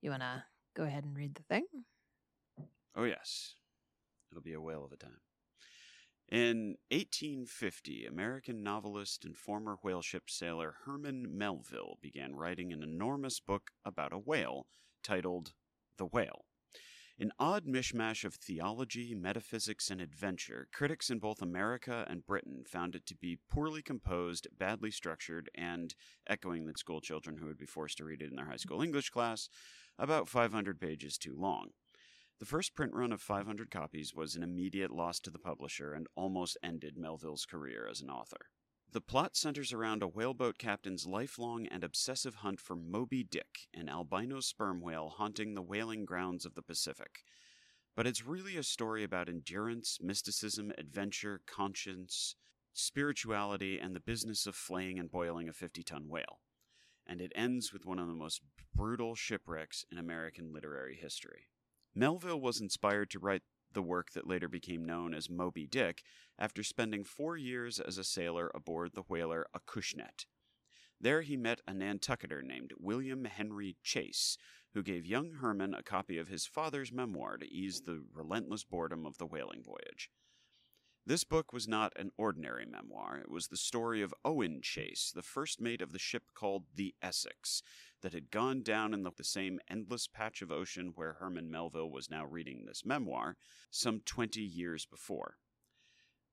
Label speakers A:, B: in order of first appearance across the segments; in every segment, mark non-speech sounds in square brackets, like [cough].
A: You want to go ahead and read the thing?
B: Oh, yes. It'll be a whale of a time. In 1850, American novelist and former whale ship sailor Herman Melville began writing an enormous book about a whale titled The Whale. An odd mishmash of theology, metaphysics, and adventure, critics in both America and Britain found it to be poorly composed, badly structured, and, echoing the schoolchildren who would be forced to read it in their high school English class, about 500 pages too long. The first print run of 500 copies was an immediate loss to the publisher and almost ended Melville's career as an author. The plot centers around a whaleboat captain's lifelong and obsessive hunt for Moby Dick, an albino sperm whale haunting the whaling grounds of the Pacific. But it's really a story about endurance, mysticism, adventure, conscience, spirituality, and the business of flaying and boiling a 50 ton whale. And it ends with one of the most brutal shipwrecks in American literary history. Melville was inspired to write the work that later became known as Moby Dick after spending four years as a sailor aboard the whaler Acushnet. There he met a Nantucketer named William Henry Chase, who gave young Herman a copy of his father's memoir to ease the relentless boredom of the whaling voyage. This book was not an ordinary memoir. It was the story of Owen Chase, the first mate of the ship called the Essex, that had gone down in the same endless patch of ocean where Herman Melville was now reading this memoir some 20 years before.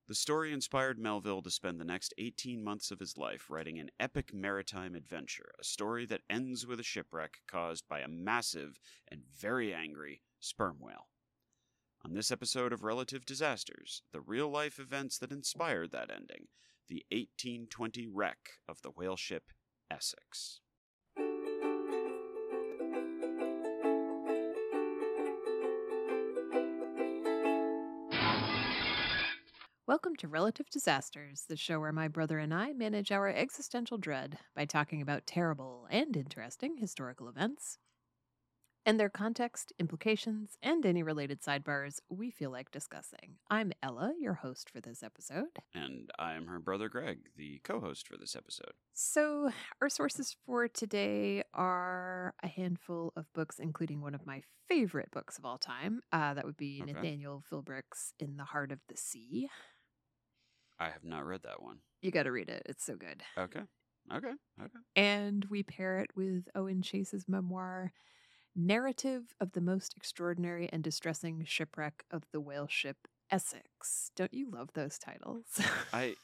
B: The story inspired Melville to spend the next 18 months of his life writing an epic maritime adventure, a story that ends with a shipwreck caused by a massive and very angry sperm whale. On this episode of Relative Disasters, the real life events that inspired that ending, the 1820 wreck of the whale ship Essex.
A: Welcome to Relative Disasters, the show where my brother and I manage our existential dread by talking about terrible and interesting historical events and their context, implications, and any related sidebars we feel like discussing. I'm Ella, your host for this episode.
B: And I'm her brother Greg, the co host for this episode.
A: So, our sources for today are a handful of books, including one of my favorite books of all time. Uh, that would be
B: Okay.
A: Nathaniel Philbrick's In the Heart of the Sea.
B: I have not read that one.
A: You got to read it, it's so good.
B: Okay. Okay. Okay.
A: And we pair it with Owen Chase's memoir, Narrative of the Most Extraordinary and Distressing Shipwreck of the Whale Ship Essex. Don't you love those titles?
B: I,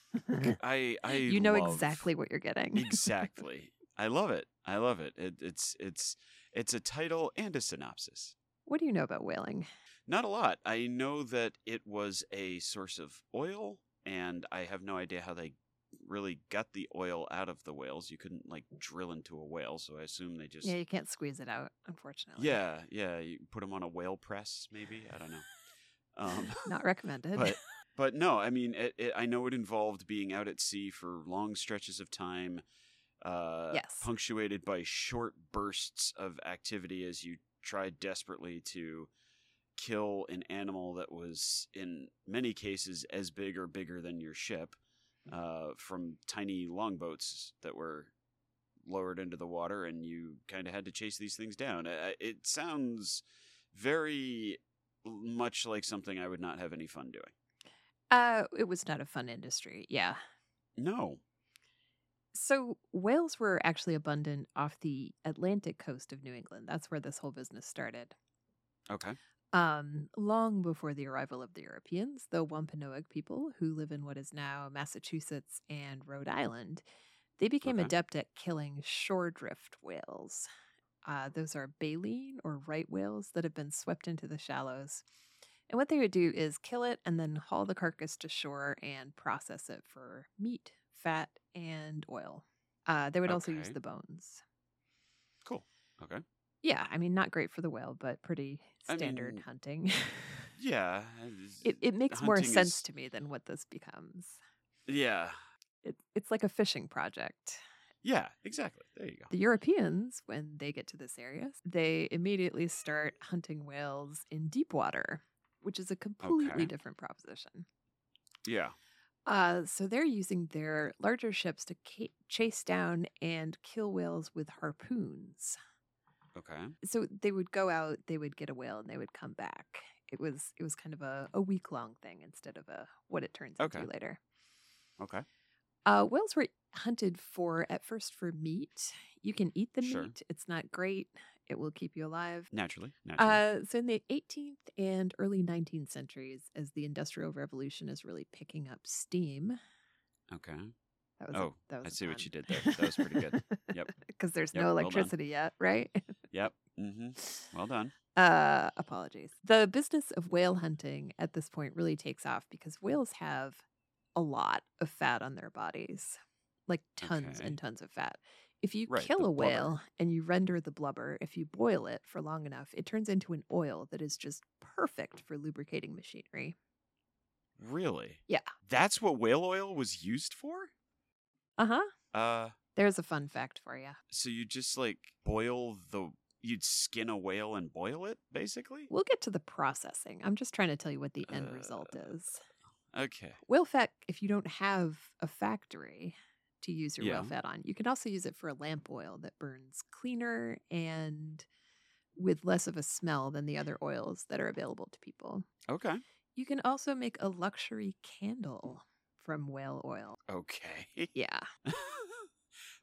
B: I,
A: [laughs]
B: I.
A: you know
B: love-
A: exactly what you're getting.
B: Exactly. I love it. I love it. it. It's it's it's a title and a synopsis.
A: What do you know about whaling?
B: Not a lot. I know that it was a source of oil, and I have no idea how they really got the oil out of the whales. You couldn't like drill into a whale, so I assume they just
A: Yeah, you can't squeeze it out, unfortunately.
B: yeah, yeah, You put them on a whale press, maybe. I don't know. Um,
A: [laughs] Not recommended. [laughs]
B: but but no, I mean, it, it, I know it involved being out at sea for long stretches of time, uh,
A: Yes.
B: punctuated by short bursts of activity as you tried desperately to kill an animal that was, in many cases, as big or bigger than your ship, uh, from tiny longboats that were lowered into the water, and you kind of had to chase these things down. I- I- It sounds very much like something I would not have any fun doing.
A: uh, it was not a fun industry. Yeah.
B: No.
A: So whales were actually abundant off the Atlantic coast of New England. That's where this whole business started.
B: Okay.
A: um, long before the arrival of the Europeans, the Wampanoag people, who live in what is now Massachusetts and Rhode Island, they became
B: Okay.
A: adept at killing shore drift whales. Uh, those are baleen or right whales that have been swept into the shallows. And what they would do is kill it and then haul the carcass to shore and process it for meat, fat, and oil. Uh, they would also use
B: Okay.
A: the bones.
B: Cool. Okay.
A: Yeah, I mean, not great for the whale, but pretty
B: I
A: standard
B: mean,
A: hunting.
B: Yeah.
A: It, it makes more
B: hunting
A: sense
B: is-
A: to me than what this becomes.
B: yeah.
A: It, it's like a fishing project.
B: Yeah. Exactly. There you go.
A: The Europeans, when they get to this area, they immediately start hunting whales in deep water, which is a completely
B: Okay.
A: different proposition.
B: Yeah.
A: Uh, so they're using their larger ships to ca- chase down and kill whales with harpoons.
B: Okay.
A: so they would go out they would get a whale and they would come back it was it was kind of a, a week long thing instead of a what it turns
B: Okay.
A: into later
B: Okay.
A: uh, whales were hunted for at first for meat you can eat the
B: Sure.
A: meat it's not great it will keep you alive
B: Naturally. Naturally.
A: uh, so in the 18th and early 19th centuries as the industrial revolution is really picking up steam
B: okay.
A: that was a-
B: Oh,
A: that was
B: I
A: a
B: see what
A: pun.
B: you did there. That was pretty good.
A: [laughs]
B: Yep.
A: because there's
B: Yep,
A: no
B: well done.
A: electricity yet right
B: Yep. Mm-hmm. Well done.
A: Uh, apologies. The business of whale hunting at this point really takes off because whales have a lot of fat on their bodies, like tons
B: Okay.
A: and tons of fat. If you
B: Right,
A: kill
B: the
A: a
B: blubber.
A: whale and you render the blubber, if you boil it for long enough, it turns into an oil that is just perfect for lubricating machinery.
B: Really?
A: Yeah.
B: That's what whale oil was used for?
A: Uh huh.
B: Uh
A: There's a fun fact for you.
B: so you just like boil the you'd skin a whale and boil it basically?
A: We'll get to the processing. I'm just trying to tell you what the end
B: Uh,
A: result is.
B: Okay.
A: whale fat if you don't have a factory to use your
B: Yeah.
A: whale fat on you can also use it for a lamp oil that burns cleaner and with less of a smell than the other oils that are available to people
B: Okay.
A: you can also make a luxury candle from whale oil
B: Okay. [laughs]
A: yeah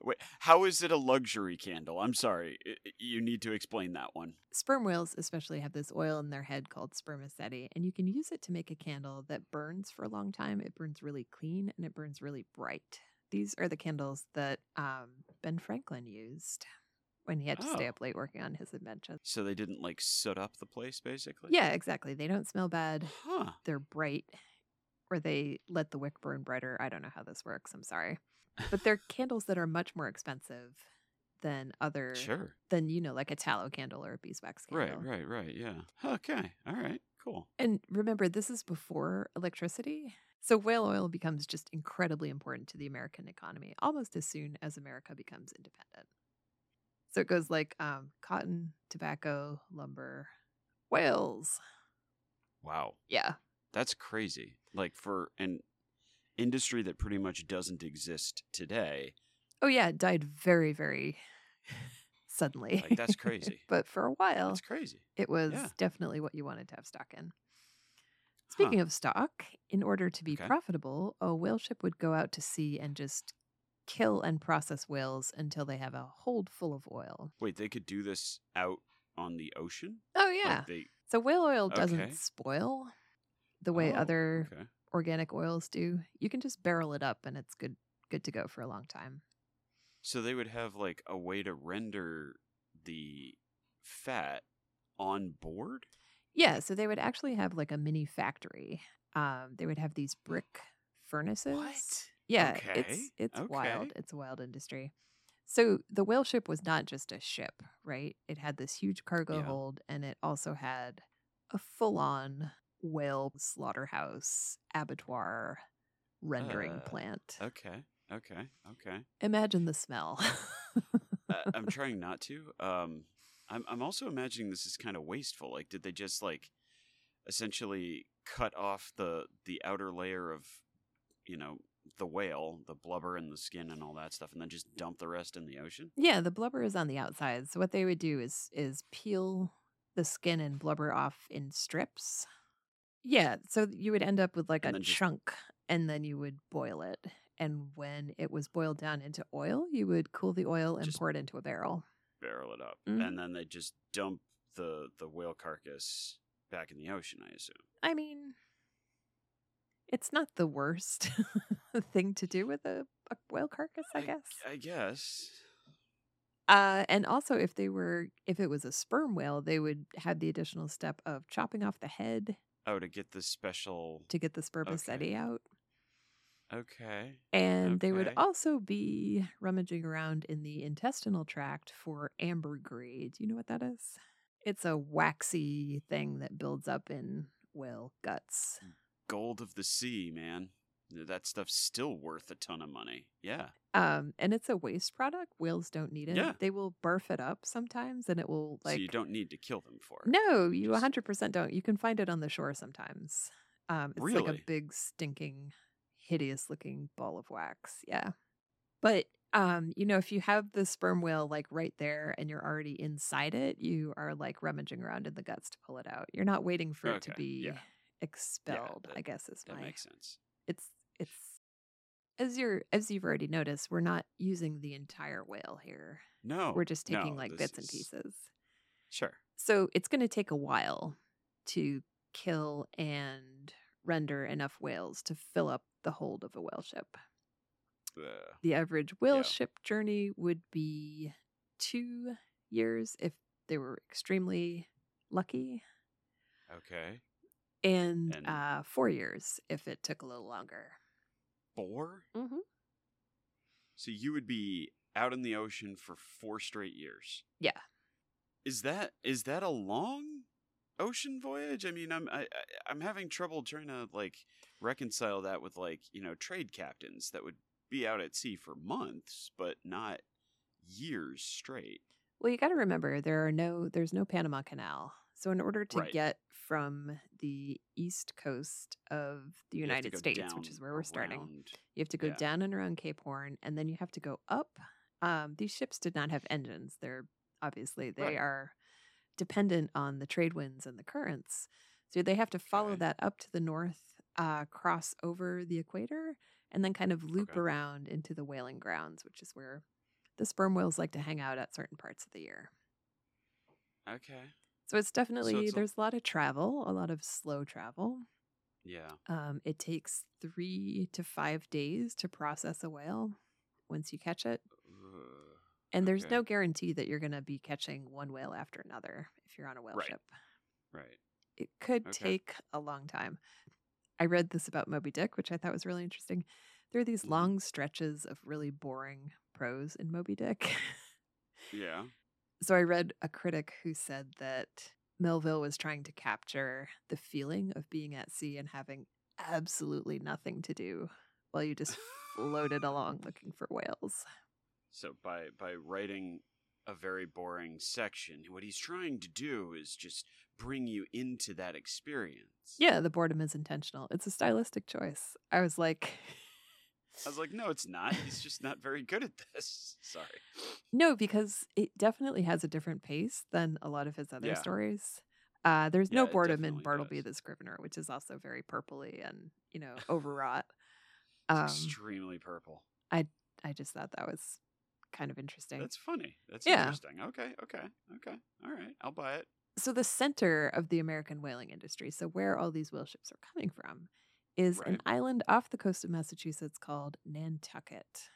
B: Wait, how is it a luxury candle? I'm sorry. I- I- You need to explain that one.
A: sperm whales especially have this oil in their head called spermaceti and you can use it to make a candle that burns for a long time it burns really clean and it burns really bright these are the candles that um, ben franklin used when he had to stay
B: Oh.
A: up late working on his inventions
B: So they didn't like soot up the place basically?
A: yeah exactly they don't smell bad
B: Huh.
A: they're bright or they let the wick burn brighter i don't know how this works i'm sorry but
B: [laughs]
A: they're candles that are much more expensive than other
B: Sure.
A: than you know like a tallow candle or a beeswax candle
B: Right, right, right. Yeah. Okay. All right. Cool.
A: And remember, this is before electricity. So whale oil becomes just incredibly important to the American economy almost as soon as America becomes independent. So it goes like um, cotton, tobacco, lumber, whales.
B: Wow.
A: Yeah.
B: That's crazy. Like for an industry that pretty much doesn't exist today.
A: Oh, yeah. It died very, very [laughs] suddenly.
B: Like that's crazy.
A: [laughs] but for a while,
B: that's crazy.
A: it was
B: yeah.
A: definitely what you wanted to have stock in.
B: Huh.
A: Speaking of stock, in order to be
B: Okay.
A: profitable, a whale ship would go out to sea and just kill and process whales until they have a hold full of oil.
B: Wait, they could do this out on the ocean?
A: Oh yeah.
B: Like they
A: so whale oil doesn't
B: okay.
A: spoil the way
B: Oh,
A: other
B: okay.
A: organic oils do. You can just barrel it up and it's good good to go for a long time.
B: So they would have like a way to render the fat on board?
A: Yeah, so they would actually have like a mini factory. Um, they would have these brick furnaces. Yeah,
B: Okay,
A: it's it's wild.
B: okay.
A: It's a wild industry. So the whale ship was not just a ship, right? It had this huge cargo
B: Yeah.
A: hold, and it also had a full-on whale slaughterhouse, abattoir, rendering
B: Uh,
A: plant.
B: Okay. Okay. Okay.
A: Imagine the smell.
B: I, I'm trying not to. Um, I'm I'm also imagining this is kind of wasteful. Like, did they just like essentially cut off the the outer layer of you know the whale, the blubber and the skin and all that stuff, and then just dump the rest in the ocean?
A: yeah, the blubber is on the outside. So what they would do is is peel the skin and blubber off in strips. Yeah, so you would end up with like
B: And
A: a
B: then just-
A: chunk and then you would boil it. And when it was boiled down into oil, you would cool the oil and
B: Just-
A: pour it into a barrel.
B: Barrel it up,
A: Mhm.
B: and then they just dump the the whale carcass back in the ocean. I assume.
A: I mean, it's not the worst [laughs] thing to do with a, a whale carcass, I guess.
B: I guess.
A: Uh, and also, if they were, if it was a sperm whale, they would have the additional step of chopping off the head
B: Oh, to get this special.
A: to get the spermaceti out.
B: Okay.
A: And they would
B: Okay.
A: also be rummaging around in the intestinal tract for ambergris. Do you know what that is? It's a waxy thing that builds up in whale guts.
B: Mm. Gold of the sea, man. That stuff's still worth a ton of money. Yeah.
A: Um, and it's a waste product. Whales don't need it.
B: Yeah.
A: They will barf it up sometimes and it will like
B: so you don't need to kill them for it.
A: No, you
B: Just-
A: 100% don't. You can find it on the shore sometimes. Um, it's like a
B: Really?
A: big, stinking, hideous looking ball of wax. Yeah. But Um, you know, if you have the sperm whale like right there and you're already inside it, you are like rummaging around in the guts to pull it out. You're not waiting for it to
B: Okay,
A: be
B: yeah.
A: expelled,
B: that-
A: I guess is
B: That
A: my
B: makes sense.
A: it's it's as you're as you've already noticed, we're not using the entire whale here.
B: No,
A: we're just taking
B: Oh, no,
A: like
B: this
A: bits and
B: is-
A: pieces.
B: Sure.
A: So it's going to take a while to kill and render enough whales to fill up the hold of a whale ship.
B: Uh,
A: The average whale
B: Yeah.
A: ship journey would be two years if they were extremely lucky,
B: okay.
A: and,
B: And-
A: uh, four years if it took a little longer.
B: Four.
A: Mm-hmm.
B: So you would be out in the ocean for four straight years.
A: Yeah.
B: Is that is that a long ocean voyage? I mean, I'm I, I, I'm having trouble trying to like reconcile that with like you know trade captains that would be out at sea for months, but not years straight.
A: Well, you got to remember there are no there's no Panama Canal. So in order to
B: Right.
A: get from the east coast of the
B: You have to
A: United
B: go
A: States,
B: down
A: which is where we're starting,
B: around-
A: You have to go
B: Yeah.
A: down and around Cape Horn, and then you have to go up. Um, these ships did not have engines. They're obviously they
B: Right.
A: are dependent on the trade winds and the currents, so they have to follow
B: Okay.
A: that up to the north, uh, cross over the equator, and then kind of loop
B: Okay.
A: around into the whaling grounds, which is where the sperm whales like to hang out at certain parts of the year.
B: Okay.
A: So it's definitely
B: it's a-
A: there's a lot of travel, a lot of slow travel.
B: Yeah.
A: Um, it takes three to five days to process a whale once you catch it.
B: Ugh.
A: And there's
B: Okay.
A: no guarantee that you're going to be catching one whale after another if you're on a whale
B: Right.
A: ship.
B: Right.
A: It could
B: Okay.
A: take a long time. I read this about Moby Dick, which I thought was really interesting. There are these
B: Mhm.
A: long stretches of really boring prose in Moby Dick. [laughs]
B: Yeah.
A: so I read a critic who said that Melville was trying to capture the feeling of being at sea and having absolutely nothing to do while you [laughs] just floated along looking for whales.
B: So by by writing a very boring section, what he's trying to do is just bring you into that experience.
A: Yeah, the boredom is intentional. It's a stylistic choice. I was like, [laughs]
B: I was like, no, it's not. He's just not very good at this. [laughs] Sorry.
A: no, because it definitely has a different pace than a lot of his other
B: Yeah.
A: stories. Uh, there's no
B: Yeah, it
A: boredom in
B: definitely
A: Bartleby
B: does.
A: the Scrivener, which is also very purpley and you
B: [laughs]
A: know overwrought. Um,
B: it's extremely purple.
A: I just thought that was kind of interesting.
B: That's funny. That's
A: Yeah.
B: interesting. Okay, okay, okay. All right. I'll buy it.
A: so the center of the American whaling industry, so where all these whale ships are coming from, is an
B: Right.
A: island off the coast of Massachusetts called Nantucket.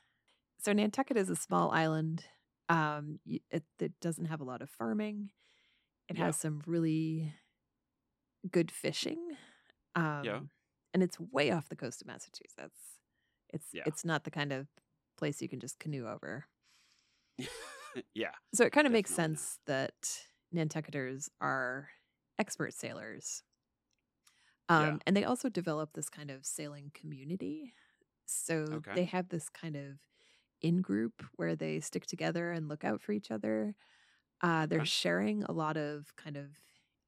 A: So Nantucket is a small island. Um, y- it, it doesn't have a lot of farming. It
B: Yeah.
A: has some really good fishing. Um,
B: Yeah.
A: and it's way off the coast of Massachusetts. It's
B: Yeah.
A: it's not the kind of place you can just canoe over.
B: yeah.
A: So it kind of makes
B: Definitely not.
A: sense that Nantucketers are expert sailors. Um,
B: Yeah.
A: And they also develop this kind of sailing community. So
B: Okay.
A: they have this kind of in group where they stick together and look out for each other. Uh, They're
B: Okay.
A: sharing a lot of kind of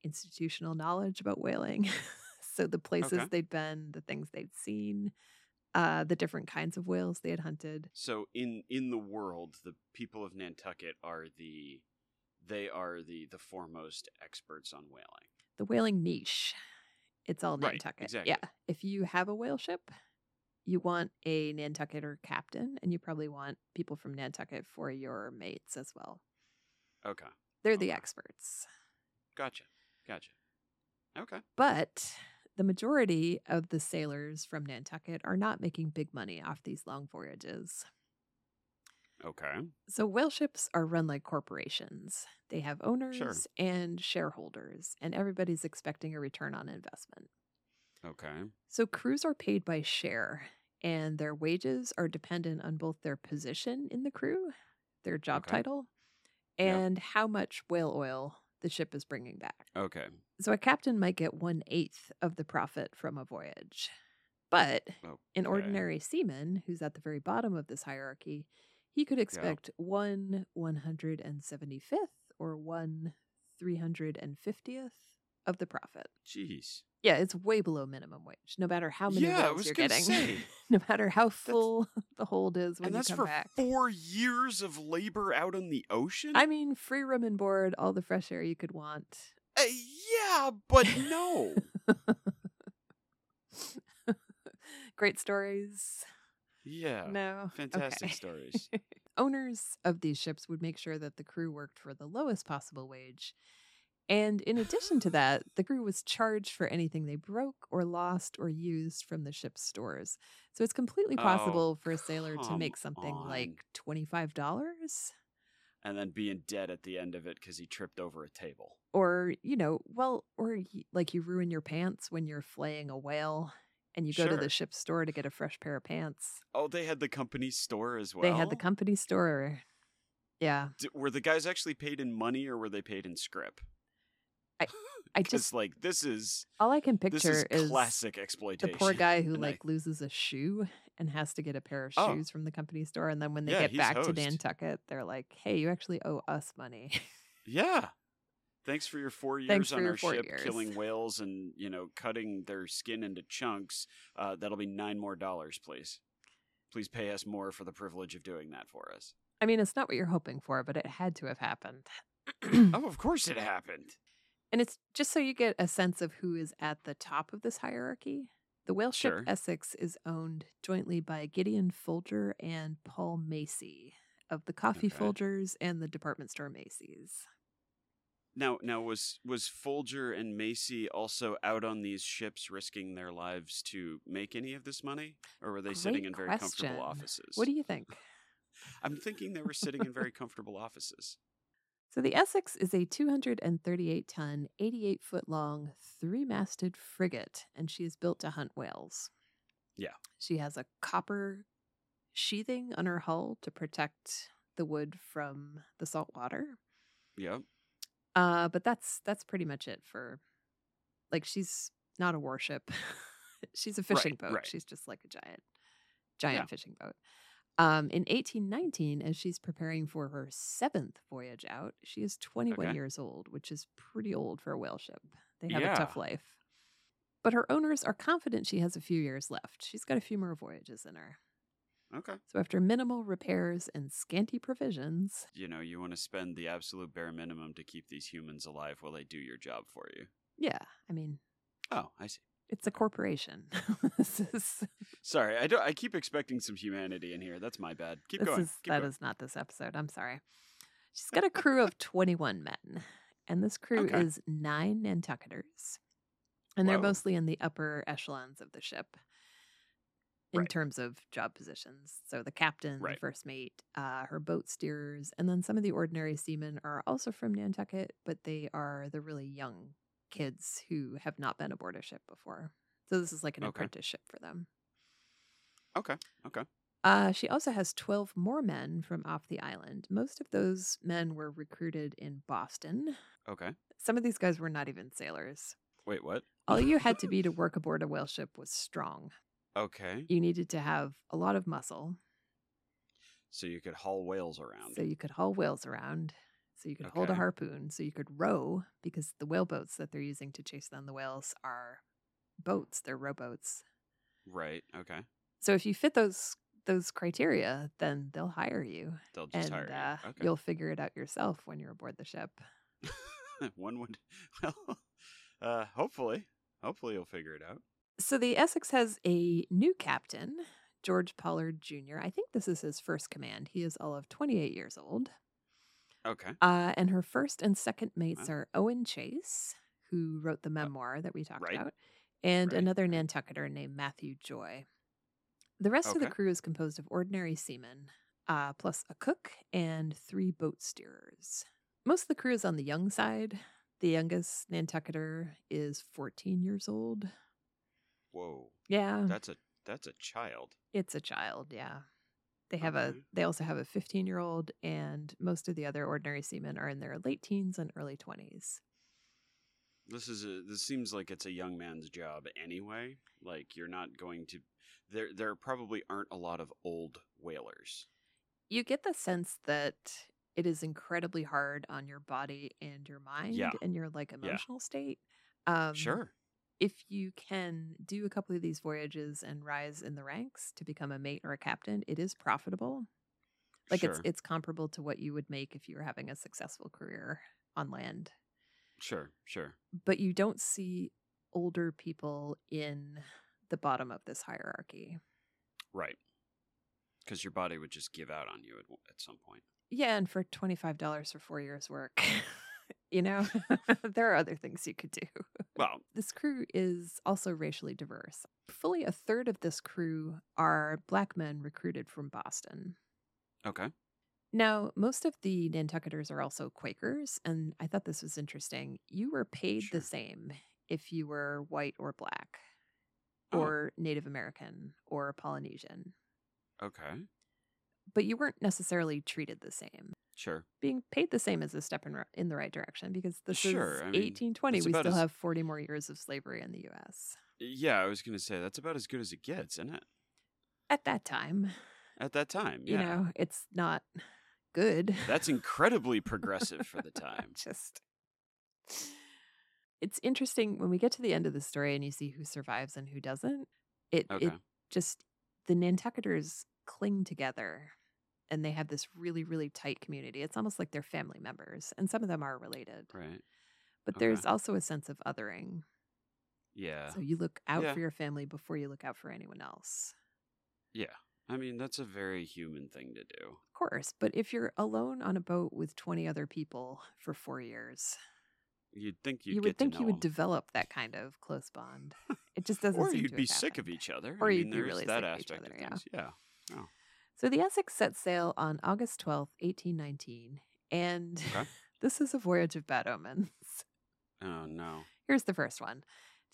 A: institutional knowledge about whaling. [laughs] so the places
B: Okay.
A: they'd been, the things they'd seen, uh, the different kinds of whales they had hunted.
B: So in in the world, the people of Nantucket are the they are the the foremost experts on whaling.
A: the whaling niche. It's all
B: Right,
A: Nantucket.
B: exactly.
A: Yeah. If you have a whale ship, you want a Nantucketer captain, and you probably want people from Nantucket for your mates as well.
B: Okay.
A: They're the
B: Okay.
A: experts.
B: Gotcha. Gotcha. Okay.
A: But the majority of the sailors from Nantucket are not making big money off these long voyages.
B: Okay.
A: So whale ships are run like corporations. They have owners and shareholders, and everybody's expecting a return on investment.
B: Okay.
A: So crews are paid by share, and their wages are dependent on both their position in the crew, their job
B: Okay.
A: title,
B: Yeah.
A: and how much whale oil the ship is bringing back.
B: Okay.
A: So a captain might get one eighth of the profit from a voyage. But an
B: Okay.
A: ordinary seaman who's at the very bottom of this hierarchy, he could expect one 175th or one 350th of the profit.
B: Jeez.
A: Yeah, it's way below minimum wage. No matter how many
B: Yeah, I
A: rolls
B: was
A: you're
B: gonna
A: getting,
B: say.
A: no matter how full [laughs] the hold is [laughs] when
B: and
A: you
B: that's
A: come
B: for
A: back.
B: four years of labor out on the ocean?
A: I mean, free room and board, all the fresh air you could want.
B: Uh, yeah,
A: [laughs]
B: but no.
A: Great stories.
B: yeah.
A: no.
B: Fantastic
A: Okay.
B: stories.
A: Owners of these ships would make sure that the crew worked for the lowest possible wage. And in addition to that, the crew was charged for anything they broke or lost or used from the ship's stores. So it's completely
B: Oh,
A: possible for a sailor to
B: come
A: make something like $25
B: And then being dead at the end of it because he tripped over a table.
A: or, you know, well, or y- like you ruin your pants when you're flaying a whale and you go to
B: Sure.
A: the ship's store to get a fresh pair of pants.
B: Oh, they had the company store as well.
A: They had the company store. Yeah.
B: D- were the guys actually paid in money or were they paid in scrip?
A: I
B: Because
A: just,
B: like this is
A: all I can
B: this
A: picture
B: is,
A: is,
B: classic
A: the
B: exploitation.
A: poor guy who
B: [laughs] and I-
A: like loses a shoe and has to get a pair of
B: Oh.
A: shoes from the company store. And then when they
B: Yeah,
A: get
B: he's
A: back to
B: hosed.
A: Nantucket, they're like, hey, you actually owe us money. [laughs]
B: Yeah. Thanks for your four years
A: Thanks for
B: on
A: your
B: our
A: four
B: ship,
A: years.
B: killing whales and you know cutting their skin into chunks. Uh, that'll be nine more dollars, please. Please pay us more for the privilege of doing that for
A: [laughs]
B: us.
A: I mean, it's not what you're hoping for, but it had to have happened. [clears throat]
B: Oh, of course it happened.
A: And it's just so you get a sense of who is at the top of this hierarchy. The whale ship
B: Sure.
A: Essex is owned jointly by Gideon Folger and Paul Macy of the Coffee
B: Okay.
A: Folgers and the department store Macy's.
B: Now, now was was Folger and Macy also out on these ships, risking their lives to make any of this money, or were they sitting
A: Great
B: in very
A: question.
B: comfortable offices?
A: What do you think?
B: I'm thinking they were sitting in very comfortable offices.
A: So the Essex is a 238 ton, 88 foot long, three masted frigate, and she is built to hunt whales.
B: Yeah.
A: She has a copper sheathing on her hull to protect the wood from the salt water.
B: Yep.
A: Uh, but that's that's pretty much it for like she's not a warship. [laughs] she's a fishing boat.
B: right.
A: She's just like a giant giant
B: Yeah.
A: fishing boat. Um, in 1819, as she's preparing for her seventh voyage out, she is 21
B: Okay.
A: years old, which is pretty old for a whale ship. They have a tough
B: Yeah.
A: life. But her owners are confident she has a few years left. She's got a few more voyages in her.
B: Okay.
A: So after minimal repairs and scanty provisions,
B: you know, you want to spend the absolute bare minimum to keep these humans alive while they do your job for you.
A: yeah, I mean,
B: Oh, I see.
A: it's a corporation. [laughs] this is
B: Sorry, I don't. I keep expecting some humanity in here. That's my bad. Keep
A: this
B: going.
A: Is,
B: Keep
A: that
B: going.
A: is not this episode. I'm sorry. She's got a crew of 21 men, and this crew
B: Okay.
A: is nine Nantucketers, and they're
B: Whoa.
A: mostly in the upper echelons of the ship in
B: Right.
A: terms of job positions. So the captain, the
B: Right.
A: first mate, uh, her boat steerers, and then some of the ordinary seamen are also from Nantucket, but they are the really young kids who have not been aboard a ship before. So this is like an
B: Okay.
A: apprenticeship for them.
B: okay. Okay.
A: Uh, she also has 12 more men from off the island. Most of those men were recruited in Boston.
B: Okay.
A: Some of these guys were not even sailors.
B: Wait, what?
A: All you had to be
B: [laughs]
A: to work aboard a whale ship was strong.
B: Okay.
A: You needed to have a lot of
B: [laughs]
A: muscle
B: So you could haul whales around.
A: so you could haul whales around, so you could hold a
B: Okay.
A: harpoon, so you could row because the whale boats that they're using to chase down the whales are boats, they're rowboats.
B: right. Okay.
A: So if you fit those those criteria, then they'll hire you
B: They'll just
A: and uh,
B: hire you.
A: you'll figure it out yourself when you're aboard the ship.
B: Okay. [laughs] One would. [laughs] Well, uh, hopefully, hopefully you'll figure it out.
A: So the Essex has a new captain, George Pollard Jr. I think this is his first command. He is all of 28 years old.
B: Okay.
A: Uh, and her first and second mates
B: Wow.
A: are Owen Chase, who wrote the memoir that we talked
B: right.
A: about, and
B: Right,
A: another Nantucketer named Matthew Joy. The rest of the
B: Okay.
A: crew is composed of ordinary seamen, uh, plus a cook and three boat steerers. Most of the crew is on the young side. The youngest Nantucketer is 14 years old.
B: Whoa.
A: Yeah.
B: That's a that's a child.
A: It's a child, yeah. They have a
B: Okay.
A: they also have a 15-year-old and most of the other ordinary seamen are in their late teens and early 20s.
B: this is a this seems like it's a young man's job anyway like you're not going to there there probably aren't a lot of old whalers
A: You get the sense that it is incredibly hard on your body and your mind and your like emotional state. Um,
B: sure.
A: If you can do a couple of these voyages and rise in the ranks to become a mate or a captain, it is profitable. Like
B: sure.
A: it's it's comparable to what you would make if you were having a successful career on land.
B: sure, sure.
A: But you don't see older people in the bottom of this hierarchy.
B: Right. Because your body would just give out on you at, at some point.
A: Yeah, and for twenty five dollars for four years work, [laughs] you know, [laughs] there are other things you could do.
B: Well,
A: This crew is also racially diverse. Fully a third of this crew are black men recruited from Boston.
B: okay.
A: Now, most of the Nantucketers are also Quakers, and I thought this was interesting. You were paid
B: Sure.
A: the same if you were white or black,
B: Oh.
A: or Native American, or Polynesian,
B: Okay.
A: but you weren't necessarily treated the same.
B: Sure.
A: Being paid the same is a step in, ri- in the right direction because this
B: Sure,
A: is
B: I mean,
A: 1820.
B: it's
A: We
B: about
A: still
B: as-
A: have 40 more years of slavery in the U.S.
B: Yeah, I was going to say that's about as good as it gets, isn't it?
A: At that time,
B: At that time.
A: you
B: yeah.
A: know, it's not good. [laughs]
B: That's incredibly progressive for the time.
A: just it's interesting when we get to the end of the story and you see who survives and who doesn't it it
B: Okay.
A: just the nantucketers cling together and they have this really really tight community it's almost like they're family members and some of them are related
B: Right.
A: but
B: okay.
A: there's also a sense of othering
B: Yeah.
A: so you look out
B: Yeah.
A: for your family before you look out for anyone else
B: Yeah. I mean, that's a very human thing to do.
A: of course but if you're alone on a boat with 20 other people for four years
B: You'd think you'd
A: you
B: get
A: would think
B: to
A: you
B: know
A: would
B: 'em.
A: develop that kind of close bond. It just doesn't.
B: [laughs] or
A: seem
B: you'd
A: to
B: be
A: have
B: sick of e
A: happened.
B: each other.
A: Or
B: I
A: you'd
B: mean,
A: be
B: there's
A: really
B: that
A: sick of each
B: aspect
A: other, yeah.
B: of things. Yeah.
A: So the Essex set sail on August twelfth, eighteen nineteen, and
B: Okay.
A: [laughs] this is a voyage of bad omens.
B: Oh no.
A: Here's the first one.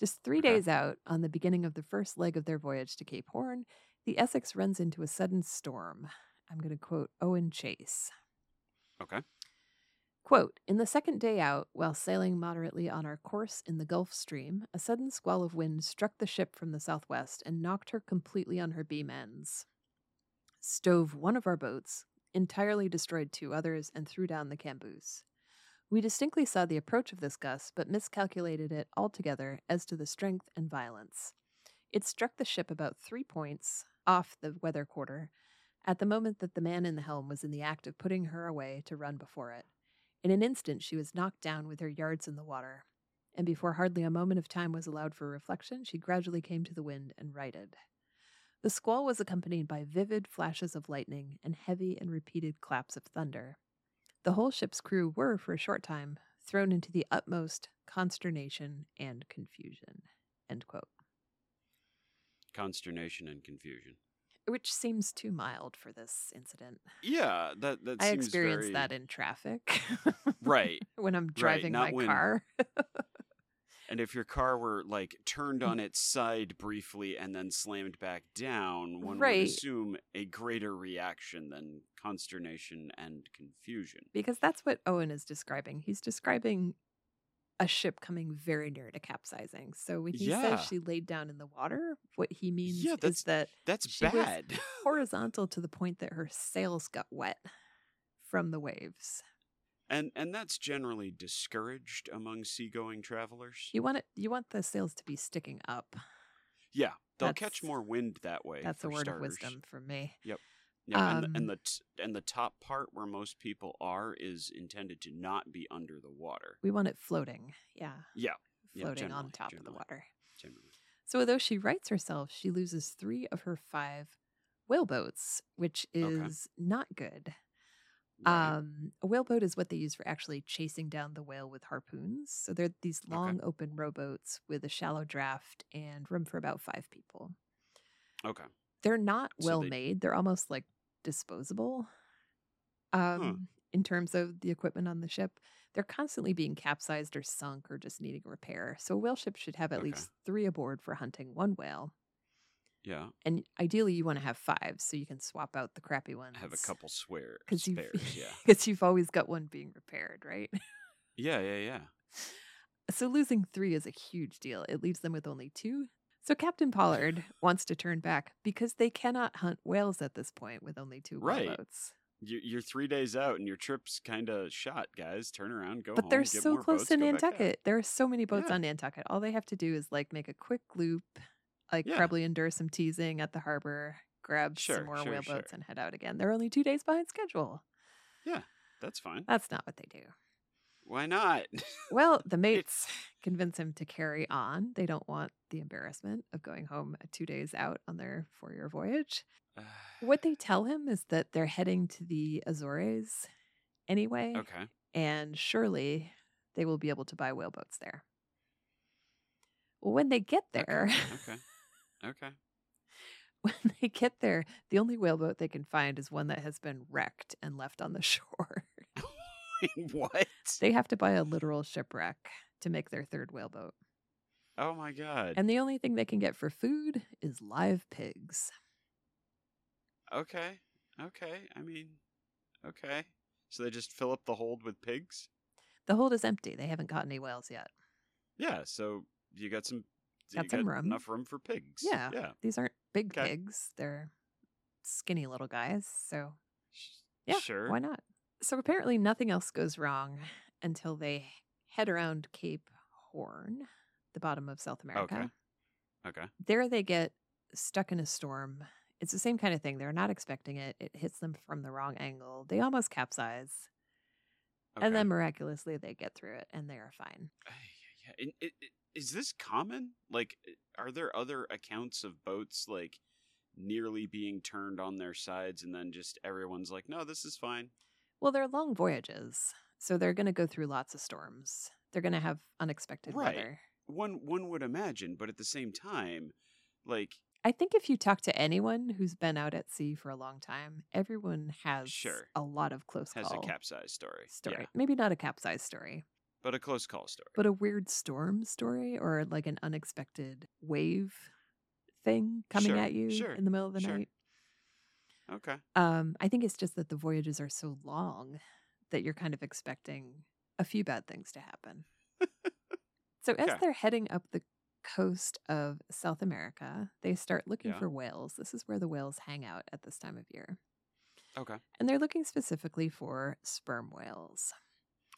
A: Just three
B: Okay.
A: days out, on the beginning of the first leg of their voyage to Cape Horn, the Essex runs into a sudden storm. I'm going to quote Owen Chase.
B: Okay.
A: Quote, in the second day out, while sailing moderately on our course in the Gulf Stream, a sudden squall of wind struck the ship from the southwest and knocked her completely on her beam ends. Stove one of our boats, entirely destroyed two others, and threw down the camboose. We distinctly saw the approach of this gust, but miscalculated it altogether as to the strength and violence. It struck the ship about three points off the weather quarter at the moment that the man in the helm was in the act of putting her away to run before it. In an instant, she was knocked down with her yards in the water, and before hardly a moment of time was allowed for reflection, she gradually came to the wind and righted. The squall was accompanied by vivid flashes of lightning and heavy and repeated claps of thunder. The whole ship's crew were, for a short time, thrown into the utmost consternation and confusion. End quote.
B: Consternation and confusion.
A: Which seems too mild for this incident.
B: Yeah, that that
A: I
B: seems
A: experience
B: very...
A: that in traffic. [laughs]
B: Right.
A: when I'm driving
B: not
A: my
B: when-
A: car.
B: And if your car were like turned on
A: Mm.
B: its side briefly and then slammed back down, one
A: Right.
B: would assume a greater reaction than consternation and confusion.
A: Because that's what Owen is describing. He's describing a ship coming very near to capsizing. So when he
B: Yeah.
A: says she laid down in the water, what he means
B: Yeah,
A: is
B: that's-
A: that
B: That's
A: She was-
B: bad.
A: horizontal to the point that her sails got wet from the waves.
B: and and that's generally discouraged among seagoing travelers.
A: You want it you want the sails to be sticking up.
B: Yeah, they'll
A: That's-
B: catch more wind that way.
A: That's a
B: for
A: word of
B: starters.
A: wisdom from me.
B: Yeah, and, the,
A: Um,
B: and the t- and the top part where most people are is intended to not be under the water.
A: We want it floating. Yeah.
B: Yeah, yeah,
A: Floating on
B: generally,
A: top of
B: generally.
A: the water.
B: generally.
A: So, although she writes herself, she loses three of her five whaleboats, which
B: Okay.
A: is not good.
B: Right.
A: Um, a whaleboat is what they use for actually chasing down the whale with harpoons. So, they're these long open rowboats with a shallow draft and room for about five people.
B: okay.
A: They're not
B: So
A: well
B: they-
A: made, they're almost like disposable
B: Hmm.
A: um, in terms of the equipment on the ship. They're constantly being capsized or sunk or just needing repair. So, a whale ship should have at
B: Okay.
A: least three aboard for hunting one whale.
B: Yeah,
A: and ideally you want to have five so you can swap out the crappy ones.
B: Hmm. have a
A: [laughs]
B: couple swear
A: because you've
B: spares.
A: [laughs]
B: yeah,
A: because you've always got one being repaired, right? [laughs]
B: yeah, yeah, yeah.
A: So losing three is a huge deal. It leaves them with only two. So
B: [laughs]
A: Captain Pollard wants to turn back because they cannot hunt whales at this point with only two
B: Right.
A: whaleboats.
B: You're, you're three days out and your trip's kind of shot, guys. Turn around, go
A: but
B: home.
A: they're
B: get
A: so
B: more
A: close
B: boats,
A: to
B: go back up.
A: Nantucket. There are so many boats
B: Yeah.
A: on Nantucket. All they have to do is like make a quick loop, like
B: Yeah.
A: probably endure some teasing at the harbor, grab
B: Sure,
A: some more
B: sure,
A: whale
B: sure.
A: boats, and head out again. They're only two days behind schedule.
B: That's fine.
A: That's not what they do.
B: Why not? [laughs]
A: Well, the
B: [sighs]
A: mates convince him to carry on. They don't want the embarrassment of going home uh, two days out on their four year voyage. What they tell him is that they're heading to the Azores anyway, [laughs]
B: okay.
A: and surely they will be able to buy whaleboats there. When they get
B: Okay,
A: there, [laughs]
B: Okay. Okay.
A: when they get there, the only whaleboat they can find is one that has been wrecked and left on the [laughs] shore.
B: [laughs] what?
A: they have to buy a literal shipwreck to make their third whaleboat.
B: Oh my god.
A: And the only thing they can get for food is live pigs.
B: okay. Okay. I mean, okay. So they just fill up the hold with pigs?
A: The hold is empty. They haven't caught any whales yet.
B: Yeah. So you got some. so
A: Got
B: you
A: some room.
B: Enough room for pigs.
A: Yeah.
B: Yeah.
A: These aren't big
B: Okay.
A: pigs. They're skinny little guys. So,
B: Sh-
A: yeah,
B: Sure.
A: why not? So, apparently, nothing else goes wrong until they head around Cape Horn, the bottom of South America.
B: Okay. Okay.
A: There they get stuck in a storm. It's the same kind of thing. They're not expecting it. It hits them from the wrong angle. They almost capsize.
B: okay.
A: And then miraculously, they get through it and they are fine.
B: Ay, ay, ay. And i- i- Is this common? Like, i- are there other accounts of boats like nearly being turned on their sides, and then just everyone's like, "No, this is fine."
A: Well, they're long voyages, so they're going to go through lots of storms. They're going to have unexpected
B: Right.
A: weather.
B: One one would imagine, but at the same time, like,
A: I think if you talk to anyone who's been out at sea for a long time, everyone has
B: Sure.
A: a lot of close
B: has
A: call
B: a capsize story.
A: story.
B: Yeah,
A: Maybe not a capsize story,
B: but a close call story.
A: but a weird storm story or like an unexpected wave thing coming
B: Sure,
A: at you
B: sure,
A: in the middle of the
B: sure.
A: night.
B: okay.
A: Um, I think it's just that the voyages are so long that you're kind of expecting a few bad things to happen. so as
B: Okay.
A: they're heading up the coast of South America, they start looking
B: Yeah.
A: for whales. This is where the whales hang out at this time of year.
B: Okay.
A: And they're looking specifically for sperm whales.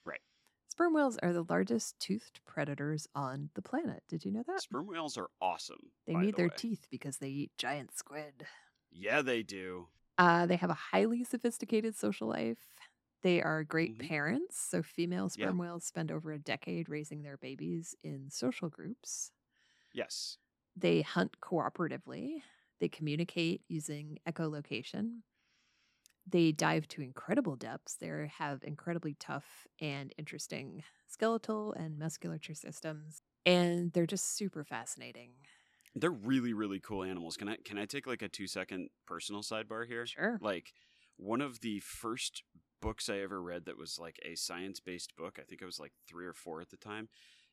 B: Right.
A: Sperm whales are the largest toothed predators on the planet. Did you know that?
B: Sperm whales are awesome.
A: Uh, they
B: by
A: need
B: the
A: their
B: way.
A: teeth because they eat giant squid.
B: Yeah, they do.
A: Uh, they have a highly sophisticated social life. They are great
B: Mhm.
A: parents. So, female
B: Yeah.
A: sperm whales spend over a decade raising their babies in social groups.
B: Yes.
A: They hunt cooperatively. They communicate using echolocation. They dive to incredible depths. They have incredibly tough and interesting skeletal and musculature systems. And they're just super fascinating.
B: They're really really cool animals. Can I can I take like a 2 second personal sidebar here?
A: Sure.
B: like one of the first books I ever read that was like a science based book, I think I was like three or four at the time,